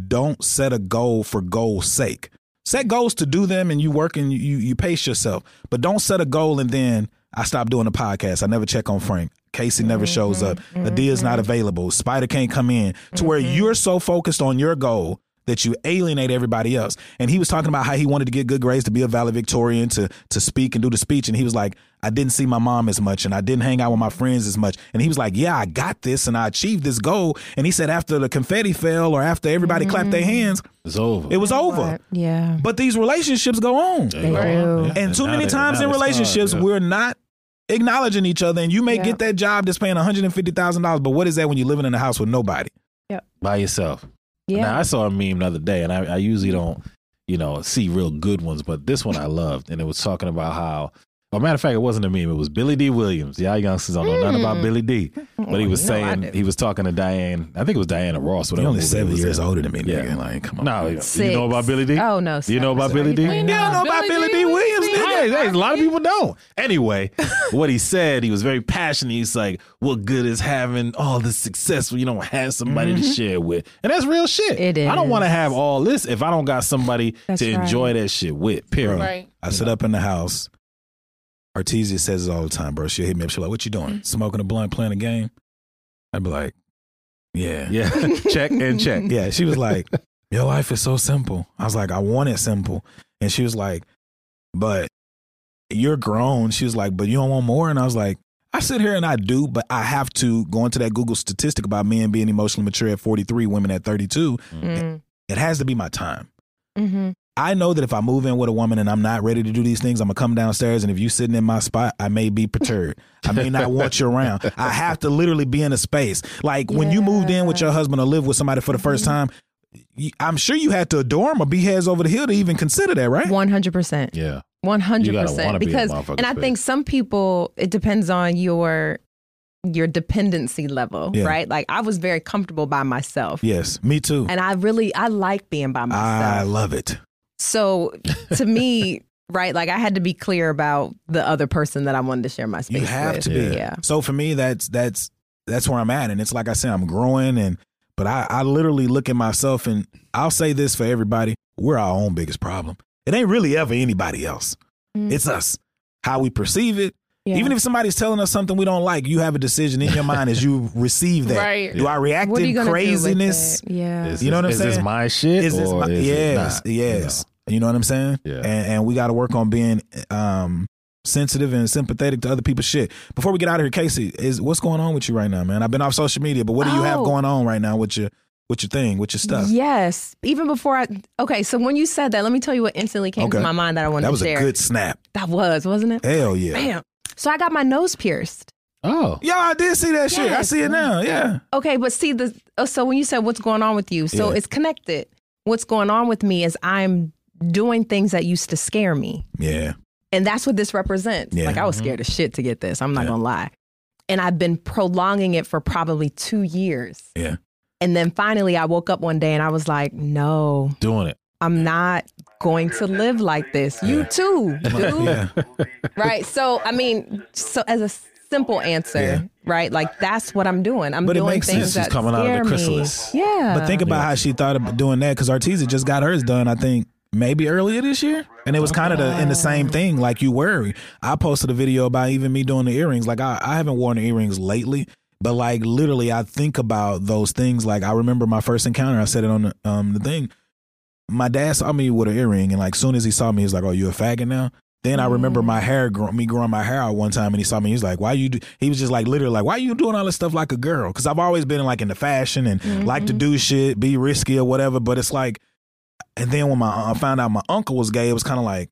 B: don't set a goal for goal's sake. Set goals to do them and you work and you you pace yourself, but don't set a goal and then I stop doing the podcast. I never check on Frank. Casey never shows up. Adia's not available. Spider can't come in. To where you're so focused on your goal that you alienate everybody else. And he was talking about how he wanted to get good grades to be a valedictorian, to to speak and do the speech. And he was like, I didn't see my mom as much and I didn't hang out with my friends as much. And he was like, Yeah, I got this and I achieved this goal. And he said after the confetti fell or after everybody clapped their hands,
D: It's over.
B: it was over.
C: Yeah.
B: But these relationships go on.
C: They do.
D: Yeah.
B: And too
D: now
B: many
D: they-
B: times
D: now
B: in
D: it's hard,
B: relationships,
D: yeah.
B: we're not acknowledging each other. And you may
C: Yeah.
B: get that job that's paying $150,000, but what is that when you're living in a house with nobody?
D: by yourself.
C: Yeah.
D: Now I saw a meme the other day, and I, I usually don't, you know, see real good ones, but this one I loved, and it was talking about how. Well, matter of fact, it wasn't a meme. It was Billy D. Williams. Y'all youngsters don't know nothing about Billy D. But he was
C: Mm. Oh, you know I
D: saying
C: do.
D: he was talking to Diane. I think it was Diana Ross.
B: You're
D: Whatever.
B: only
D: movie it
B: seven
D: was
B: years
D: in.
B: older than me,
D: Yeah.
B: nigga. Like, come on.
D: No, you-
C: Six.
D: you know about Billy D.
C: Oh no.
D: Do you know about
C: seven.
D: Billy D?
E: Wait,
B: You don't know about Billy D. Williams,
E: Williams.
B: nigga.
D: Hey, hey, a lot of people don't. Anyway, what he said, he was very passionate. He's like, "What good is having all this success when you don't have somebody
B: Mm-hmm.
D: to share with?" And that's real shit.
C: It
D: I don't want to
C: is.
D: have all this if I don't got somebody
C: That's
D: to
C: right.
D: enjoy that shit with. Period.
E: Right.
B: I sit up in the house. Artesia says it all the time, bro. She'll hit me up. She's like, what you doing? Smoking a blunt, playing a game? I'd be like, yeah.
D: Yeah. check and check.
B: Yeah. She was like, your life is so simple. I was like, I want it simple. And she was like, but you're grown. She was like, but you don't want more? And I was like, I sit here and I do, but I have to go into that Google statistic about men being emotionally mature at 43, women at 32.
C: Mm.
B: It has to be my time.
C: Mm-hmm.
B: I know that if I move in with a woman and I'm not ready to do these things, I'm gonna come downstairs, and if you sitting in my spot, I may be perturbed. I may not want you around. I have to literally be in a space. Like when you moved in with your husband or live with somebody for the 1st
C: Mm-hmm.
B: time, you, I'm sure you had to adore him or be heads over the hill to even consider that, right?
C: One hundred percent.
D: Yeah.
C: One hundred
D: wanna
C: percent.
D: be in
C: Because,
D: motherfucker's
C: and I
D: face.
C: think some people, it depends on your your dependency level,
B: Yeah.
C: right? Like I was very comfortable by myself,
B: Yes, me too.
C: and I really I like being by
B: I
C: myself.
B: love it.
C: so to me, right, like I had to be clear about the other person that I wanted to share my space
B: You have
C: with.
B: to be.
C: Yeah.
B: So for me, that's that's that's where I'm at, and it's like I said, I'm growing, and but I I literally look at myself, and I'll say this for everybody: we're our own biggest problem. It ain't really ever anybody else.
C: Mm.
B: It's us, how we perceive it.
C: Yeah.
B: Even if somebody's telling us something we don't like, you have a decision in your mind as you receive that.
E: Right.
B: Do I react
C: what are you
B: in
C: gonna
B: craziness?
C: Do with it? Yeah.
D: Is
B: You know what
D: this-
B: I'm
D: is Is this
B: saying?
D: my shit?
B: Is this
D: or
B: my,
D: is it
B: yes,
D: not? You
B: yes. You know. what I'm saying?
D: Yeah.
B: And, and we got to work on being um, sensitive and sympathetic to other people's shit. Before we get out of here, Casey, is what's going on with you right now, man? I've been off social media, but what do you have
C: Oh.
B: going on right now with your with your thing, with your stuff?
C: Yes. Even before I okay, so when you said that, let me tell you what instantly came
B: Okay.
C: to my mind that I wanted
B: that was
C: to
B: a
C: share.
B: good snap.
C: that was, wasn't it?
B: Hell yeah.
C: Bam. So I got my nose pierced.
D: Oh.
B: Yo, I did see that shit. I
C: Yes,
B: see it now. Yeah.
C: Okay, but see the oh, so when you said what's going on with you, so
B: Yeah.
C: it's connected. What's going on with me is I'm doing things that used to scare me.
B: Yeah.
C: And that's what this represents.
B: Yeah.
C: Like I was scared as shit to get this. I'm not gonna lie. And I've been prolonging it for probably two years.
B: Yeah.
C: And then finally I woke up one day and I was like, no,
D: Doing it.
C: I'm not going to live like this. You too, dude.
B: Yeah.
C: Right. So, I mean, so as a simple answer,
B: Yeah.
C: right? Like that's what I'm doing. I'm
B: But it
C: doing
B: makes sense.
C: things
D: This
C: that
D: is coming out of the
C: scare me.
D: chrysalis.
C: Yeah.
B: But think about how she thought about doing that because Arteezy just got hers done, I think, maybe earlier this year. And it was kind of the, in the same thing, like you worry. I posted a video about even me doing the earrings. Like, I, I haven't worn the earrings lately, but like literally, I think about those things. Like, I remember my first encounter, I said it on the, um, the thing. My dad saw me with an earring, and like, soon as he saw me, he's like, Oh, you a faggot now? Then I remember my hair, grow, me growing my hair out one time, and he saw me. He's like, "Why you?" Do-? He was just like, literally, like, "Why you doing all this stuff like a girl?" Because I've always been like in the fashion and
C: Mm-hmm.
B: like to do shit, be risky or whatever. But it's like, and then when my I found out my uncle was gay, it was kind of like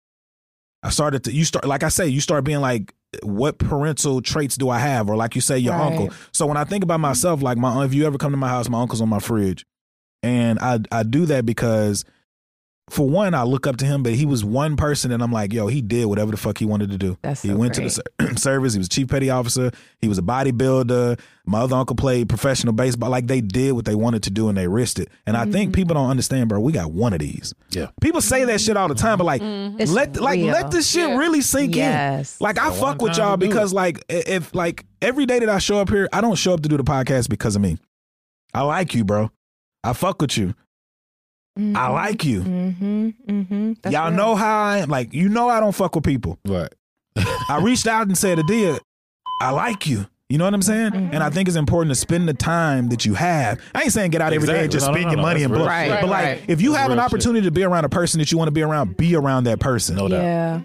B: I started to you start like I say you start being like, what parental traits do I have? Or like you say, your
C: Right.
B: uncle. So when I think about myself, like my if you ever come to my house, my uncle's on my fridge, and I I do that because for one, I look up to him, but he was one person, and I'm like, yo, he did whatever the fuck he wanted to do.
C: That's
B: he
C: so
B: went
C: great.
B: to the ser- service. He was chief petty officer. He was a bodybuilder. My other uncle played professional baseball. Like they did what they wanted to do, and they risked it. And I
C: Mm-hmm.
B: think people don't understand, bro. We got one of these.
D: Yeah.
B: People say that shit all the time, but like,
C: Mm,
E: Mm-hmm.
C: It's
B: let like
C: real.
B: let this shit
E: Yeah.
B: really sink
C: Yes.
B: in. Like I
D: one
B: fuck with
D: time
B: y'all
D: to do
B: because like i- if like every day that I show up here, I don't show up to do the podcast because of me. I like you, bro. I fuck with you. I like you.
C: Mm-hmm. Mm-hmm. That's
B: Y'all
C: real.
B: know how I am. Like, you know I don't fuck with people.
D: Right.
B: I reached out and said, Adia, I like you. You know what I'm saying?
C: Mm-hmm.
B: And I think it's important to spend the time that you have. I ain't saying get out every day and
D: Exactly.
B: just
D: No, no,
B: spend
D: no,
B: your
D: no.
B: money
D: That's
B: and
D: real
B: blow.
C: shit. Right,
B: but like,
E: right.
B: if you
D: That's
B: have an
D: real
B: opportunity to be around a person that you want to be around, be around Oh, that person.
D: No doubt.
C: Yeah.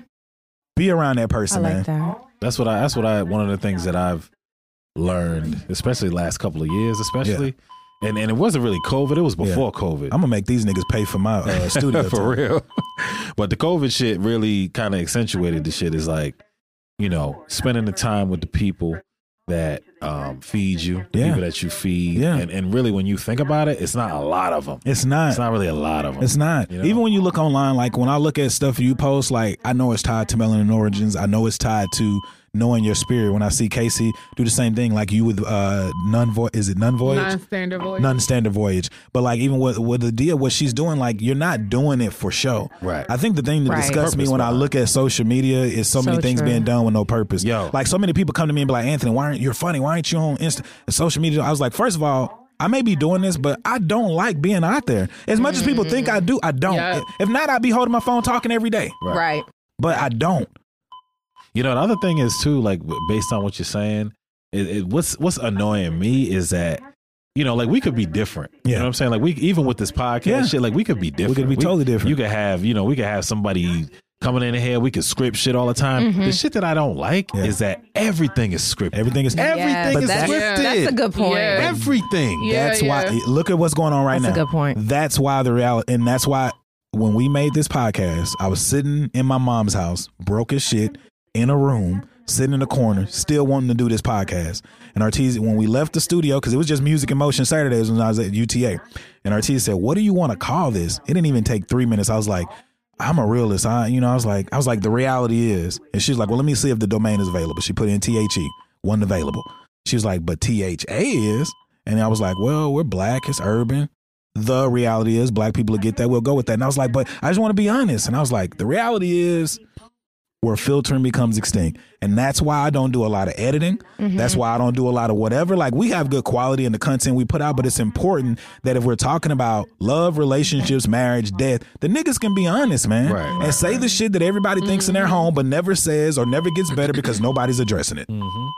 B: Be around that
C: I
B: person, man.
C: like that.
D: That's what I. That's what I. One of the things that I've learned, especially last couple of years, especially, and and it wasn't really COVID. It was before COVID.
B: I'm gonna make these niggas pay for my uh, studio. time.
D: for real. but the COVID shit really kind of accentuated the shit. Is like, you know, spending the time with the people that um, feed you, the
B: Yeah.
D: people that you feed,
B: Yeah.
D: and and really when you think about it, it's not a lot of them.
B: It's not.
D: It's not really a lot of them.
B: It's not.
D: You know?
B: Even when you look online, like when I look at stuff you post, like I know it's tied to melanin origins. I know it's tied to knowing your spirit. When I see Casey do the same thing, like you with uh non voyage, is it non voyage?
E: Non-standard voice.
B: Non standard voyage. But like even with with the deal, what she's doing, like you're not doing it for show.
D: Right.
B: I think the thing that
C: Right.
B: disgusts me
D: Purpose
B: when I
D: behind
B: look at social media is so, many
C: So
B: things
C: true.
B: being done with no purpose.
D: Yo.
B: Like so many people come to me and be like, Anthony, why aren't you're funny? Why aren't you on Insta social media? I was like, first of all. I may be doing this, but I don't like being out there. As much as people think I do, I don't.
E: Yeah.
B: If not, I'd be holding my phone talking every day.
D: Right.
C: Right.
B: But I don't.
D: You know, the other thing is too, like w- based on what you're saying, it, it, what's what's annoying me is that you know, like we could be different. You
B: Yeah.
D: know what I'm saying? Like we even with this podcast
B: Yeah.
D: shit, like we could be different.
B: could be totally different.
D: You could have, you know, we could have somebody coming in here. We can script shit all the time.
E: Mm-hmm.
D: The shit that I don't like is that everything is scripted.
B: Everything is-
D: everything
C: Yes,
D: is
C: that's,
D: scripted.
C: that's a good point.
E: Yeah.
D: Everything.
E: Yeah,
B: that's
E: yeah.
B: why. Look at what's going on right
C: That's a
B: now.
C: good point.
B: That's why the reality, and that's why when we made this podcast, I was sitting in my mom's house, broke as shit, in a room, sitting in a corner, still wanting to do this podcast. And Ortiz, when we left the studio, because it was just music and motion Saturdays when I was at UTA, and Ortiz said, "What do you want to call this?" It didn't even take three minutes. I was like. I'm a realist. I, you know, I was like, I was like, the reality is, and she's like, well, let me see if the domain is available. She put in T H E, wasn't available. She was like, but T H A is, and I was like, well, we're black, it's urban, the reality is black people will get that we'll go with that and i was like but i just want to be honest and i was like the reality is where filtering becomes extinct and that's why i don't do a lot of editing
C: Mm-hmm.
B: that's why i don't do a lot of whatever like we have good quality in the content we put out but it's important that if we're talking about love relationships marriage death the niggas can be honest man
D: Right,
B: and
D: right,
B: say the shit that everybody thinks
C: Mm-hmm.
B: in their home but never says or never gets better because nobody's addressing it
D: Mm-hmm.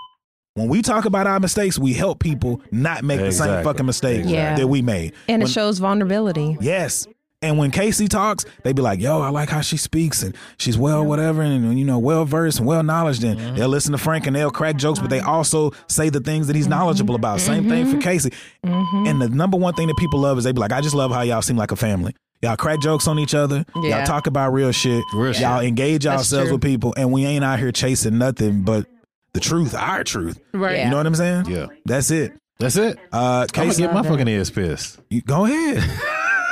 B: when we talk about our mistakes we help people not make the same
D: Exactly.
B: fucking mistake
C: Yeah.
B: that we made
C: And it shows vulnerability.
B: Yes. And when Casey talks, they be like, yo, I like how she speaks and she's well, whatever, and you know, well versed and well knowledge. And they'll listen to Frank and they'll crack jokes, but they also say the things that he's knowledgeable about. Same thing for Casey. And the number one thing that people love is they be like, I just love how y'all seem like a family. Y'all crack jokes on each other.
C: Yeah.
B: Y'all talk about real shit.
D: Real shit.
B: y'all engage
C: That's
B: yourselves
C: true.
B: with people, and we ain't out here chasing nothing but the truth, our truth.
E: Right.
C: Yeah.
B: You know what I'm saying?
D: Yeah.
B: That's it.
D: That's it.
B: Uh,
D: I'm gonna
B: Casey,
D: get my fucking ears pierced.
B: you- go ahead.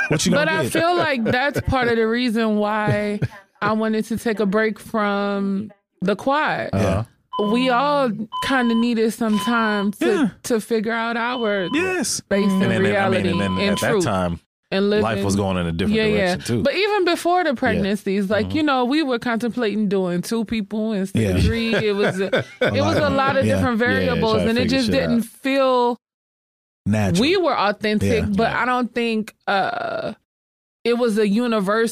B: what you gonna
E: But
B: get?
E: I feel like that's part of the reason why I wanted to take a break from the quad.
D: Uh-huh.
E: We all kind of needed some time to,
B: Yeah.
E: to figure out our
B: yes.
E: space and,
D: And then, I
E: reality
D: mean, and then at
E: truth
D: that time,
E: and living.
D: life was going in a different
E: yeah,
D: direction
E: yeah.
D: too. Mm-hmm.
E: But even before the pregnancies, like you know, we were contemplating doing two people instead
B: Yeah.
E: of three. It was a, it was a lot of
B: Yeah.
E: different
D: Yeah, yeah,
E: variables,
D: try to
E: and it
D: figure
E: just
D: shit out.
E: didn't feel
B: Natural.
E: we were authentic,
B: Yeah.
E: but I don't think uh it was a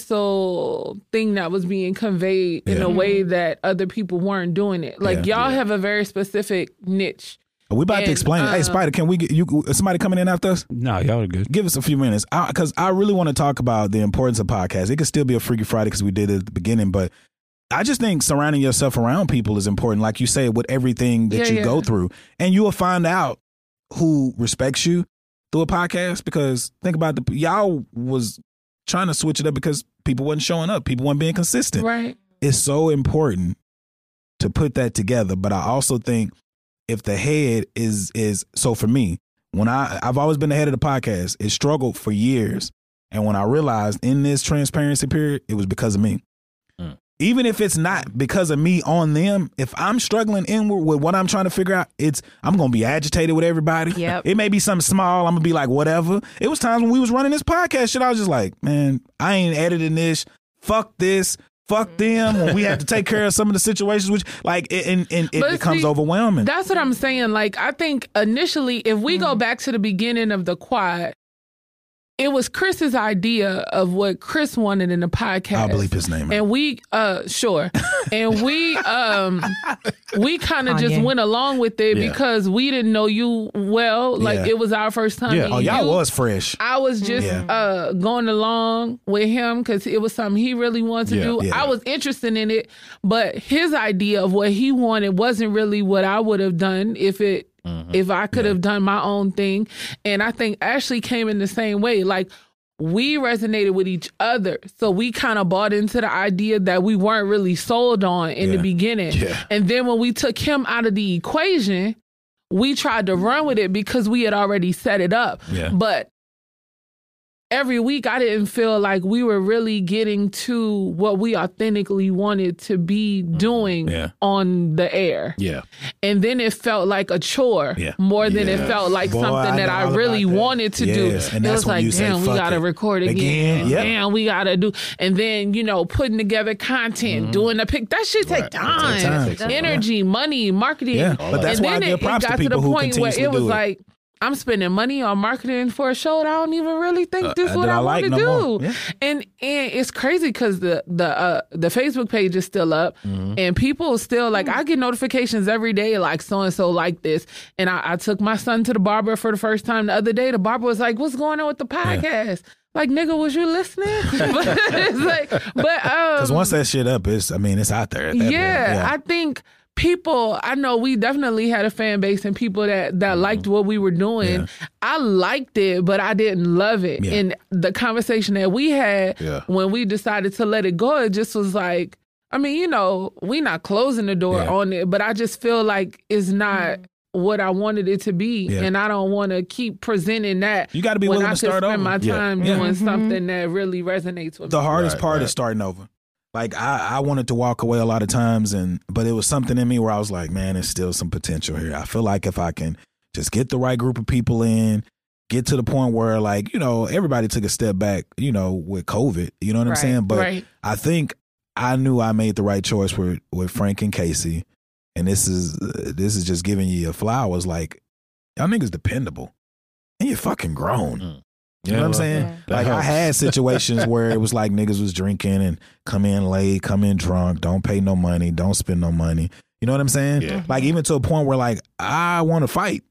E: universal thing that was being conveyed in
B: Yeah.
E: a way that other people weren't doing it. Like
B: Yeah.
E: y'all have a very specific niche.
B: Are we about to
E: And,
B: explain. hey,
E: uh,
B: Spider, can we get you? Somebody coming in after us?
G: No, y'all are good.
B: Give us a few minutes, because I, really want to talk about the importance of podcasts. It could still be a Freaky Friday because we did it at the beginning, but I just think surrounding yourself around people is important. Like you say, with everything that
E: Yeah,
B: you
E: yeah.
B: go through, and you will find out who respects you through a podcast. Because think about the y'all was trying to switch it up because people wasn't showing up, people weren't being consistent.
E: Right.
B: it's so important to put that together but i also think if the head is is so for me when i i've always been the head of the podcast it struggled for years and when i realized in this transparency period it was because of me
D: Mm.
B: even if it's not because of me on them if i'm struggling inward with what i'm trying to figure out it's i'm gonna be agitated with everybody
C: Yep.
B: it may be something small i'm gonna be like whatever it was times when we was running this podcast shit i was just like man i ain't editing this fuck this
E: Mm.
B: fuck them when we have to take care of some of the situations which like it, and, and it
E: But
B: becomes
E: see,
B: overwhelming
E: That's what I'm saying. Like I think initially if we go back to the beginning of the quad, it was Chris's idea of what Chris wanted in the podcast.
B: i'll bleep his name out.
E: and we uh sure and we um we kind of just
C: Kanye.
E: went along with it
D: Yeah.
E: because we didn't know you well like
B: Yeah.
E: it was our first time
D: Yeah.
E: meeting
B: oh y'all
E: you.
B: was fresh
E: I was just
B: Yeah.
E: uh, going along with him because it was something he really wanted to
D: Yeah,
E: do.
B: yeah.
E: I was interested in it, but his idea of what he wanted wasn't really what I would have done if it
D: Mm-hmm.
E: if I could have done my own thing. And I think Ashley came in the same way. Like we resonated with each other, so we kind of bought into the idea that we weren't really sold on in
B: Yeah.
E: the beginning.
D: Yeah.
E: And then when we took him out of the equation. We tried to run with it because we had already set it up.
B: Yeah.
E: But every week I didn't feel like we were really getting to what we authentically wanted to be doing
D: Yeah.
E: on the air.
D: yeah,
E: And then it felt like a chore
B: Yeah.
E: more than it
D: Yeah.
E: felt like
B: Boy,
E: something
B: I
E: that
B: know
E: I
B: all
E: really
B: about that.
E: wanted to
B: Yes,
E: do.
B: and
E: it
B: that's
E: was
B: when
E: like,
B: you say,
E: damn, we
B: "Fuck
E: gotta
B: it."
E: record again.
B: Again, yep.
E: Damn, we gotta do and then, you know, putting together content, doing the pic that shit take time.
B: Mm-hmm. time.
E: Energy, money, marketing.
B: yeah but that's
E: and
B: why i
E: then
B: give
E: it, it
B: props
E: got
B: to
E: to the
B: people who
E: point where
B: continuously
E: it was
B: do it
E: like, I'm spending money on marketing for a show that I don't even really think
B: Uh,
E: this is
B: that
E: what
B: I
E: I,
B: like
E: want to
B: no more.
E: do.
B: Yeah.
E: And and it's crazy because the the uh, the Facebook page is still up,
B: Mm-hmm.
E: and people still like I get notifications every day like so and so like this. And I, I took my son to the barber for the first time the other day. The barber was like, "What's going on with the podcast?" Like, nigga, was you listening? but it's like, but um,
B: Because once that shit up, it's I mean it's out there. At that
E: yeah,
B: point.
E: I think people. I know we definitely had a fan base and people that that
B: Mm-hmm.
E: liked what we were doing. I liked it, but I didn't love it.
B: Yeah.
E: And the conversation that we had
D: Yeah.
E: when we decided to let it go, it just was like. I mean, you know, we not closing the door
B: Yeah.
E: on it, but I just feel like it's not what I wanted it to be,
B: Yeah.
E: and I don't want to keep presenting that.
B: You gotta be
E: when
B: willing
E: I
B: to
E: could
B: start
E: spend
B: over.
E: my
D: Yeah.
E: time
B: Yeah.
E: doing
C: Mhm.
E: something that really resonates with me.
B: the hardest
D: Right,
B: part
D: right.
B: is starting over. Like I, I wanted to walk away a lot of times, and but it was something in me where I was like, man, there's still some potential here. I feel like if I can just get the right group of people in, get to the point where like you know everybody took a step back, you know, with COVID. You know what
C: Right,
B: I'm saying? But
E: right.
B: I think I knew I made the right choice with with Frank and Casey, and this is uh, this is just giving you your flowers. Like y'all niggas dependable, and you're fucking grown.
D: Mm-hmm.
B: You know what I'm saying?
D: that
B: Like I
D: helps.
B: had situations where it was like niggas was drinking and come in late, come in drunk, don't pay no money, don't spend no money. You know what I'm saying?
D: Yeah.
B: Like even to a point where like I want to fight.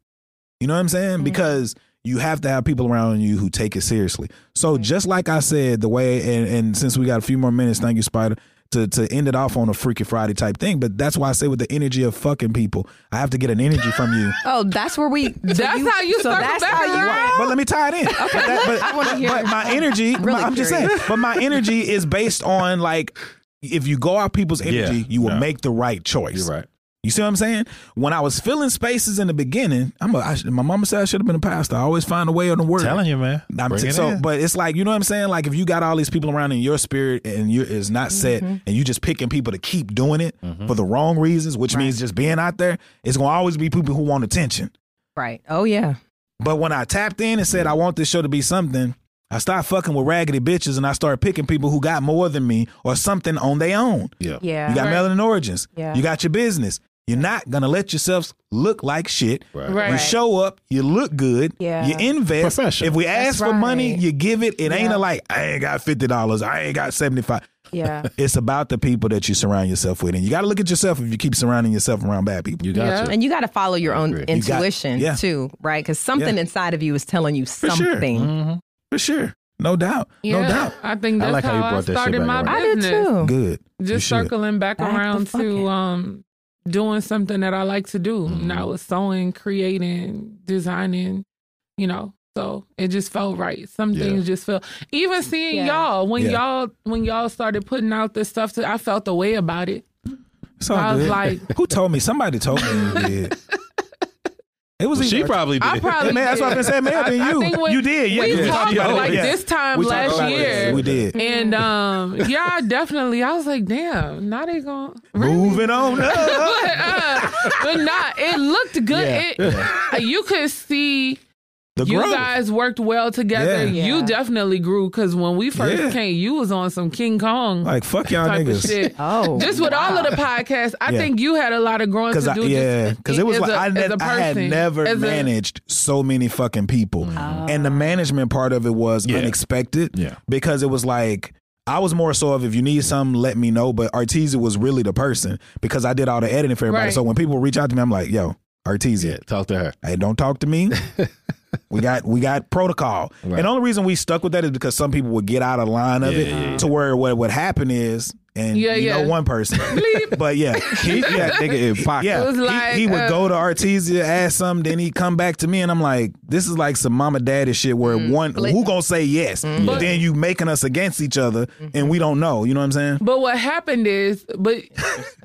B: You know what I'm saying? Because you have to have people around you who take it seriously. So just like I said, the way and, and since we got a few more minutes, thank you, Spider, to to end it off on a Freaky Friday type thing. But that's why I say with the energy of fucking people, I have to get an energy from you.
C: Oh, that's where we.
E: That's how you
C: so
E: circle
C: that's
E: back
C: how you.
E: around.
B: But let me tie it in. But that- but-
C: I want to hear.
B: but my energy,
C: really
B: my- I'm just saying,
C: curious.
B: but my energy is based on like, if you go out people's energy,
D: Yeah,
B: you will
D: no.
B: make the right choice.
D: You're right.
B: You see what I'm saying? When I was filling spaces in the beginning, I'm a, I, sh- my mama said I should have been a pastor. I always find a way on the word.
D: Telling you, man.
B: I'm
D: Bring
B: t-
D: it
B: so,
D: in.
B: but it's like you know what I'm saying. Like if you got all these people around in your spirit and you is not set,
C: Mm-hmm.
B: and you just picking people to keep doing it
D: Mm-hmm.
B: for the wrong reasons, which means just being out there, it's gonna always be people who want attention.
C: Right. Oh yeah.
B: But when I tapped in and said I want this show to be something, I started fucking with raggedy bitches and I started picking people who got more than me or something on their own.
D: yeah.
C: Yeah.
B: You got
E: Right.
B: Melanin Origins.
C: Yeah.
B: You got your business. You're not gonna let yourselves look like shit.
D: Right.
E: Right.
B: You show up, you look good,
C: Yeah.
B: you invest.
D: Professional.
B: If we
C: That's
B: ask for money,
C: right.
B: you give it. It ain't
C: Yeah.
B: a like, I ain't got $50, I ain't got 75
C: yeah.
B: It's about the people that you surround yourself with. And you gotta look at yourself if you keep surrounding yourself around bad people.
D: You got
E: Yeah.
D: to.
C: And you got to follow your own
D: agree.
B: You got-
C: intuition
B: yeah.
C: too, right? Because something inside of you is telling you
B: sure. Mm-hmm.
C: something.
B: For sure. No doubt.
E: Yeah,
B: No doubt.
E: I think
D: I
E: that's
D: like how
E: how,
D: you
E: I
D: brought that shit
E: started
D: back
E: my
D: around.
C: I did
E: business.
C: too.
B: Good. You
E: Just
B: should.
E: circling back
C: Back the
E: around
C: fuck
E: to
C: it.
E: um doing something that I like to do.
B: Mm-hmm.
E: And I was sewing, creating, designing, you know. So it just felt right. Some
D: Yeah.
E: things just felt even seeing
C: Yeah.
E: y'all when
B: Yeah.
E: y'all when y'all started putting out this stuff I felt the way about it.
B: It's all
E: I was
B: Oh, good.
E: like-
B: who told me? Somebody told me you did. It was
D: Well, she
B: either-
D: probably did.
E: I probably
B: Man, that's what I've been saying. May have
E: I-
B: been
E: I
B: you.
E: think when-
B: you did. Yeah,
E: we
B: yeah.
E: talked
B: Yeah.
E: like
B: Yeah.
E: this time
B: We talked
E: last
B: about
E: year.
B: this. We did.
E: And um yeah, I definitely I was like, damn, now they gonna
B: Moving on. up.
E: but, uh, but not. It looked good.
B: Yeah.
E: It, uh, You could see
B: the
E: you
B: growth.
E: guys worked well together.
B: Yeah.
E: You
C: Yeah.
E: definitely grew because when we first
B: Yeah.
E: came, you was on some King Kong
B: like fuck y'all
E: type of
B: niggas.
E: shit.
C: Oh,
E: Just with all of the podcasts, I
B: Yeah.
E: think you had a lot of growing
B: Cause
E: to
B: I,
E: do.
B: yeah,
E: just
B: because it was
E: as
B: like
E: a-
B: I
E: as
B: ne-
E: a
B: I had
E: person,
B: never
E: as a- Mm.
B: managed so many fucking people, and the management part of it was
D: Yeah.
B: unexpected.
D: Yeah.
B: because it was like I was more so of if you need something, let me know. But Arteezy was really the person because I did all the editing for everybody.
E: Right.
B: So when people reach out to me, I'm like, yo, Arteezy,
D: Yeah, talk to her.
B: Hey, don't talk to me. we got we got protocol.
D: Right.
B: And the only reason we stuck with that is because some people would get out of line of
D: Yeah,
B: it
D: yeah, yeah.
B: to where what would happen is and
E: Yeah,
B: you
E: yeah.
B: know one person. but yeah, he yeah, nigga, it popped.
E: It
B: Yeah,
E: was
B: he-
E: like,
B: he, would
E: uh,
B: go to Artesia, ask something, then he'd come back to me, and I'm like, this is like some mama daddy shit where
E: Mm-hmm.
B: one who gonna say yes,
D: Mm-hmm.
B: but then you making us against each other,
E: Mm-hmm.
B: and we don't know. You know what I'm saying?
E: But what happened is, but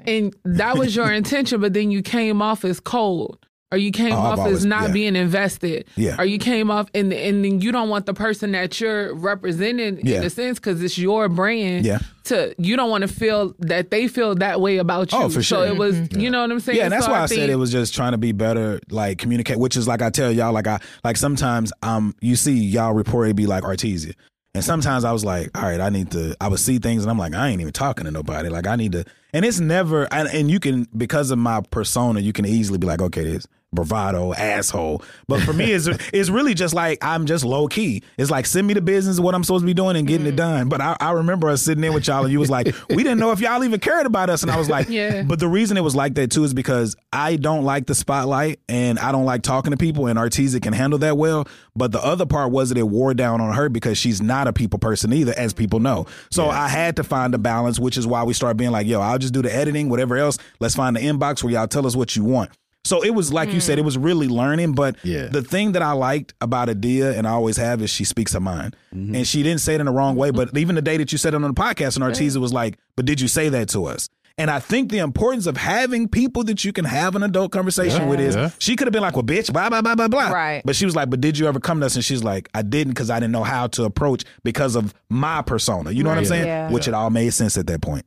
E: and that was your intention, but then you came off as cold. Or you came
B: Oh, I've
E: off
B: always-
E: as not
B: yeah.
E: being invested.
B: Yeah.
E: Or you came off and and then you don't want the person that you're representing
B: Yeah.
E: in a sense because it's your brand.
B: Yeah.
E: To you don't want to feel that they feel that way about you.
B: Oh, for
E: So
B: sure.
E: it was you know what I'm saying.
B: Yeah, and that's
E: So
B: why I, said
E: think-
B: it was just trying to be better, like communicate. Which is like I tell y'all, like I like sometimes um you see y'all report it be like Artesia, and sometimes I was like, all right, I need to. I would see things, and I'm like, I ain't even talking to nobody. Like I need to, and it's never. And, and you can because of my persona, you can easily be like, okay, this bravado asshole. But for me, it's it's really just like I'm just low key. It's like send me the business of what I'm supposed to be doing and getting it done. But I, I remember us sitting in with y'all and you was like, we didn't know if y'all even cared about us. And I was like,
E: Yeah.
B: But the reason it was like that too is because I don't like the spotlight and I don't like talking to people and Arteezy can handle that well. But the other part was that it wore down on her because she's not a people person either, as people know. So I had to find a balance, which is why we started being like, yo, I'll just do the editing, whatever else. Let's find the inbox where y'all tell us what you want. So it was like you said, it was really learning. But
D: Yeah.
B: the thing that I liked about Adia and I always have is she speaks her mind. And she didn't say it in the wrong way. But even the day that you said it on the podcast and Arteezy was like, but did you say that to us? And I think the importance of having people that you can have an adult conversation
D: Yeah.
B: with is
D: Yeah.
B: she could have been like, well, bitch, blah, blah, blah, blah, blah.
C: Right.
B: But she was like, but did you ever come to us? And she's like, I didn't because I didn't know how to approach because of my persona. You know what I'm
D: Right.
B: saying?
C: Yeah.
B: Which it all made sense at that point.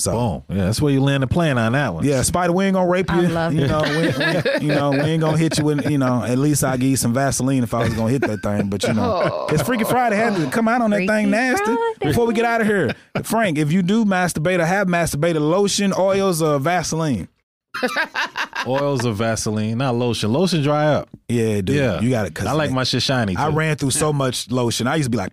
B: So.
D: Boom. Yeah, that's where you land the plane on that one.
B: Yeah, Spider, we ain't gonna rape you.
C: I love
B: you
C: it.
B: know, we, we- you know, we ain't gonna hit you with you know. At least I give you some Vaseline if I was gonna hit that thing. But you know, it's Freaky Friday. Had to come out on that thing
C: Oh. Freaky
B: nasty
C: Friday.
B: before we get out of here. Frank, if you do masturbate or have masturbated, lotion, oils, or Vaseline.
D: Oils of Vaseline, not lotion. Lotion dry up.
B: Yeah, dude,
D: yeah.
B: you got it.
D: I like my shit shiny.
B: I
D: too.
B: ran through so much lotion. I used to be like,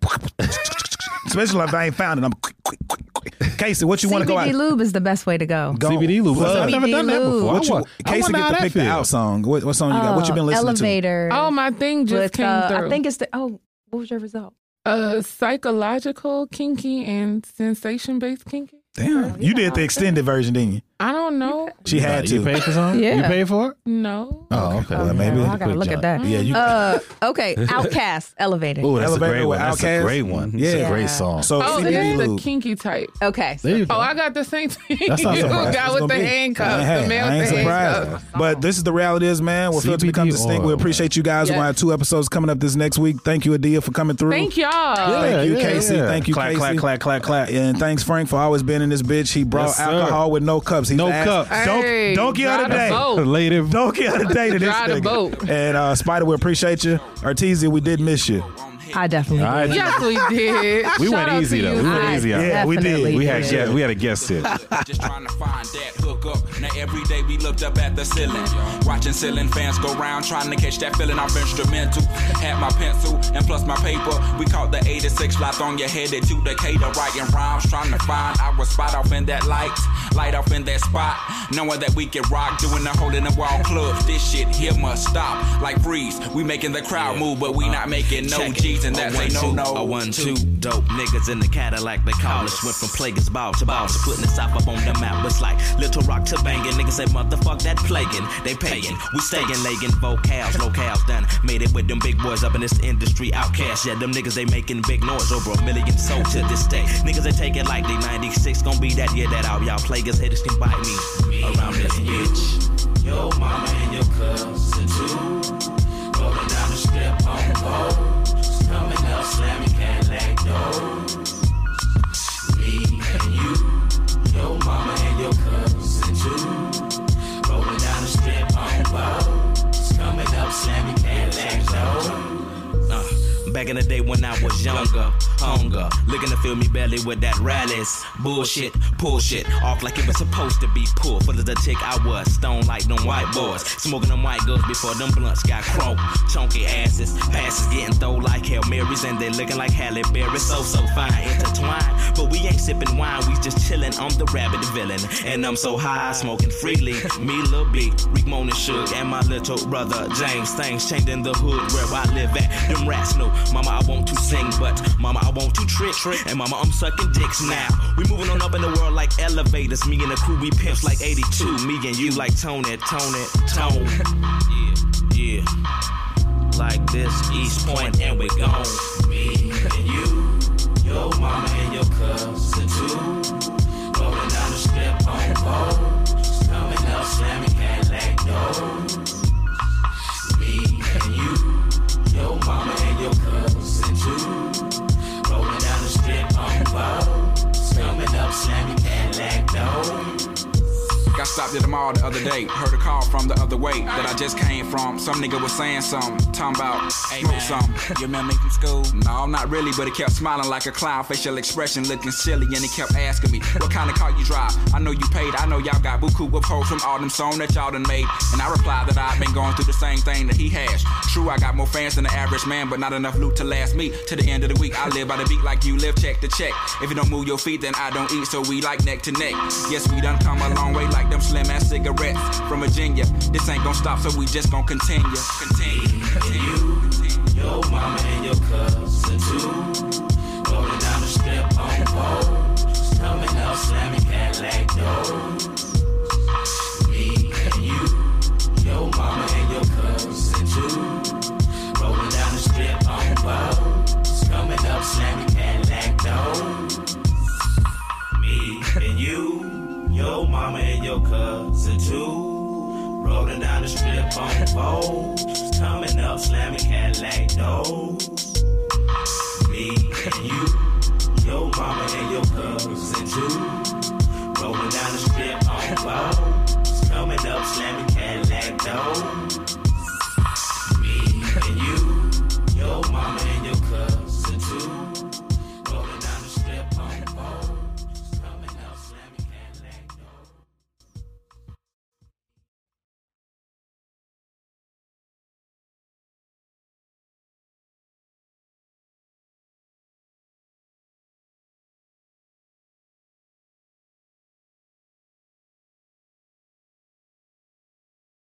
B: especially if I ain't found it. I'm quick, quick, quick, quick. Casey, what you want to go out?
C: CBD lube is the best way to go.
B: Go.
D: CBD lube.
B: What?
D: I've never done that
C: CBD
D: before.
C: lube.
B: What
D: I
B: you,
D: want- I
B: Casey
D: wonder
B: get
D: how
B: to
D: that
B: pick the
D: feels.
B: out song. What, what song you got?
C: Uh,
B: What you been listening to?
A: Elevator.
E: Oh, my thing just
A: With,
E: came
A: uh,
E: through.
C: I think it's the oh. What was your result?
E: uh, psychological kinky and sensation based kinky.
B: Damn, you did the extended version, didn't you?
E: I don't know.
B: She
D: Nah,
B: had
D: You
B: to.
D: paid for something?
C: Yeah.
D: You paid for it?
E: No.
D: Oh, okay.
B: Well, maybe-
C: I gotta look at that.
B: Yeah, you.
C: Uh, okay, Outcast, Elevated.
D: Oh, that's
B: Elevator
D: a great
B: with
D: one. That's
B: Outkast.
D: a great one. That's
B: Yeah.
D: a great song.
B: so
E: Oh,
B: CBD
E: that's the
B: lube.
E: kinky type.
C: Okay,
D: there you go.
E: Oh, I got the same thing you
D: That's not surprising.
E: got
B: It's
E: with
B: gonna
E: the
B: be-
E: handcuffs,
B: Hey,
E: the male
B: I ain't
E: with the
B: surprised.
E: handcuffs.
B: But this is the reality is, man. We're filtered to
D: CBD
B: become distinct. We
D: oil,
B: appreciate you guys. We're
E: Yes.
B: gonna have two episodes coming up this next week. Thank you, Adia, for coming through.
E: Thank y'all.
B: Thank you,
D: Yeah, yeah,
B: Casey.
D: yeah.
B: Thank you,
D: Clack,
B: Casey.
D: clack, clack, clack, clack.
B: Yeah, and thanks, Frank, for always being in this bitch. He brought
D: Yes, sir.
B: alcohol with no cups. He's
D: No
B: ass-
D: cups.
B: Don't,
E: Hey,
B: don't get out of
E: drive the
B: day.
E: boat.
D: Later.
B: Don't get out of day to this
E: Drive the
B: nigga.
E: boat.
B: And uh, Spider, we appreciate you. Artesia, we did miss you.
C: I definitely.
D: All right.
C: did.
E: Yes, we did.
D: We
E: Shout
D: went
E: out
D: easy,
E: to
D: though.
E: you.
D: We went
C: I
D: easy on
B: Yeah,
D: it.
B: we did.
C: definitely
D: We had,
C: did.
D: yeah, we had a guest here.
H: Just trying to find that hook up. Now every day we looked up at the ceiling. Watching ceiling fans go round, trying to catch that feeling off instrumental. Had my pencil and plus my paper. We caught the 86 lot on your head to Decatur, writing rhymes, trying to find our spot off in that light. Light off in that spot. Knowing that we get rock, doing the hole in the wall clubs. This shit here must stop. Like freeze. We making the crowd move, but we not making no G's, and that's a no no.
I: Uh, A one, two, dope niggas in the Cadillac. They call us went from Plagueis ball to ball to putting us up up on the map. It's like Little Rock to banging. Niggas say motherfuck that plaguing. They paying. We staying legging vocals, locales done. Made it with them big boys up in this industry. Outcast, yeah, them niggas they making big noise. Over a million sold to this day. Niggas they take it like they 96. Gonna be that year that all y'all plaguers haters can bite me around this bitch. Yo mama and your cousin too. Rolling down the strip on gold. Coming up, slamming Cadillac doors. Me and you, your mama and your cousin too. Rolling down the strip on gold. Coming up, slamming Cadillac doors. Uh, back in the day when I was younger, hunger, looking to fill me belly with that rallies. Bullshit, pull shit off like it was supposed to be pulled. Full of the tick I was, stone like them white boys. Smoking them white girls before them blunts got croaked. Chunky asses, passes getting thrown like Hail Marys, and they looking like Halle Berry. So, so fine, intertwined. But we ain't sipping wine, we just chilling. I'm the rabbit villain, and I'm so high, smoking freely. Me, Lil B, Rick Moan and Suge, and my little brother James. Things changing the hood where I live at. Them rats know, Mama, I want to sing, but Mama, I want to trick, trick. And Mama, I'm sucking dicks now. We moving on up in the world like elevators. Me and the crew, we pimps like 82. Me and you like Tony, Tony, Tone. Yeah, yeah. Like this, East Point, and we gone. Me and you, your mama and your cousin too. Rolling down the strip on gold. Coming up, slamming Cadillac doors. Me and you, your mama and your cousin too. Rolling down the strip on gold. Coming up, slamming Cadillac doors.
H: Got stopped at a mall the other day. Heard a call from the other way that I just came from. Some nigga was saying something, talking about smoke some. You remember me from school? No, not really, but he kept smiling like a clown. Facial expression looking silly, and he kept asking me, What kind of car you drive? I know you paid. I know y'all got buku of hoes from all them songs that y'all done made. And I replied that I've been going through the same thing that he has. True, I got more fans than the average man, but not enough loot to last me to the end of the week. I live by the beat like you live, check to check. If you don't move your feet, then I don't eat, so we like neck to neck. Yes, we done come a long way like them slim ass cigarettes from Virginia. This ain't gonna stop, so we just gonna continue. Continue. continue.
I: Your mama and your cousin too. Rolling down the strip on poles. Coming up slamming Cadillac doors. Me and you. Your mama and your cousin too. Rolling down the strip on poles. Coming up slamming Cadillac doors. Me and you. Your mama and your cousin too. Rolling down the strip on poles. Coming up slamming Cadillac doors.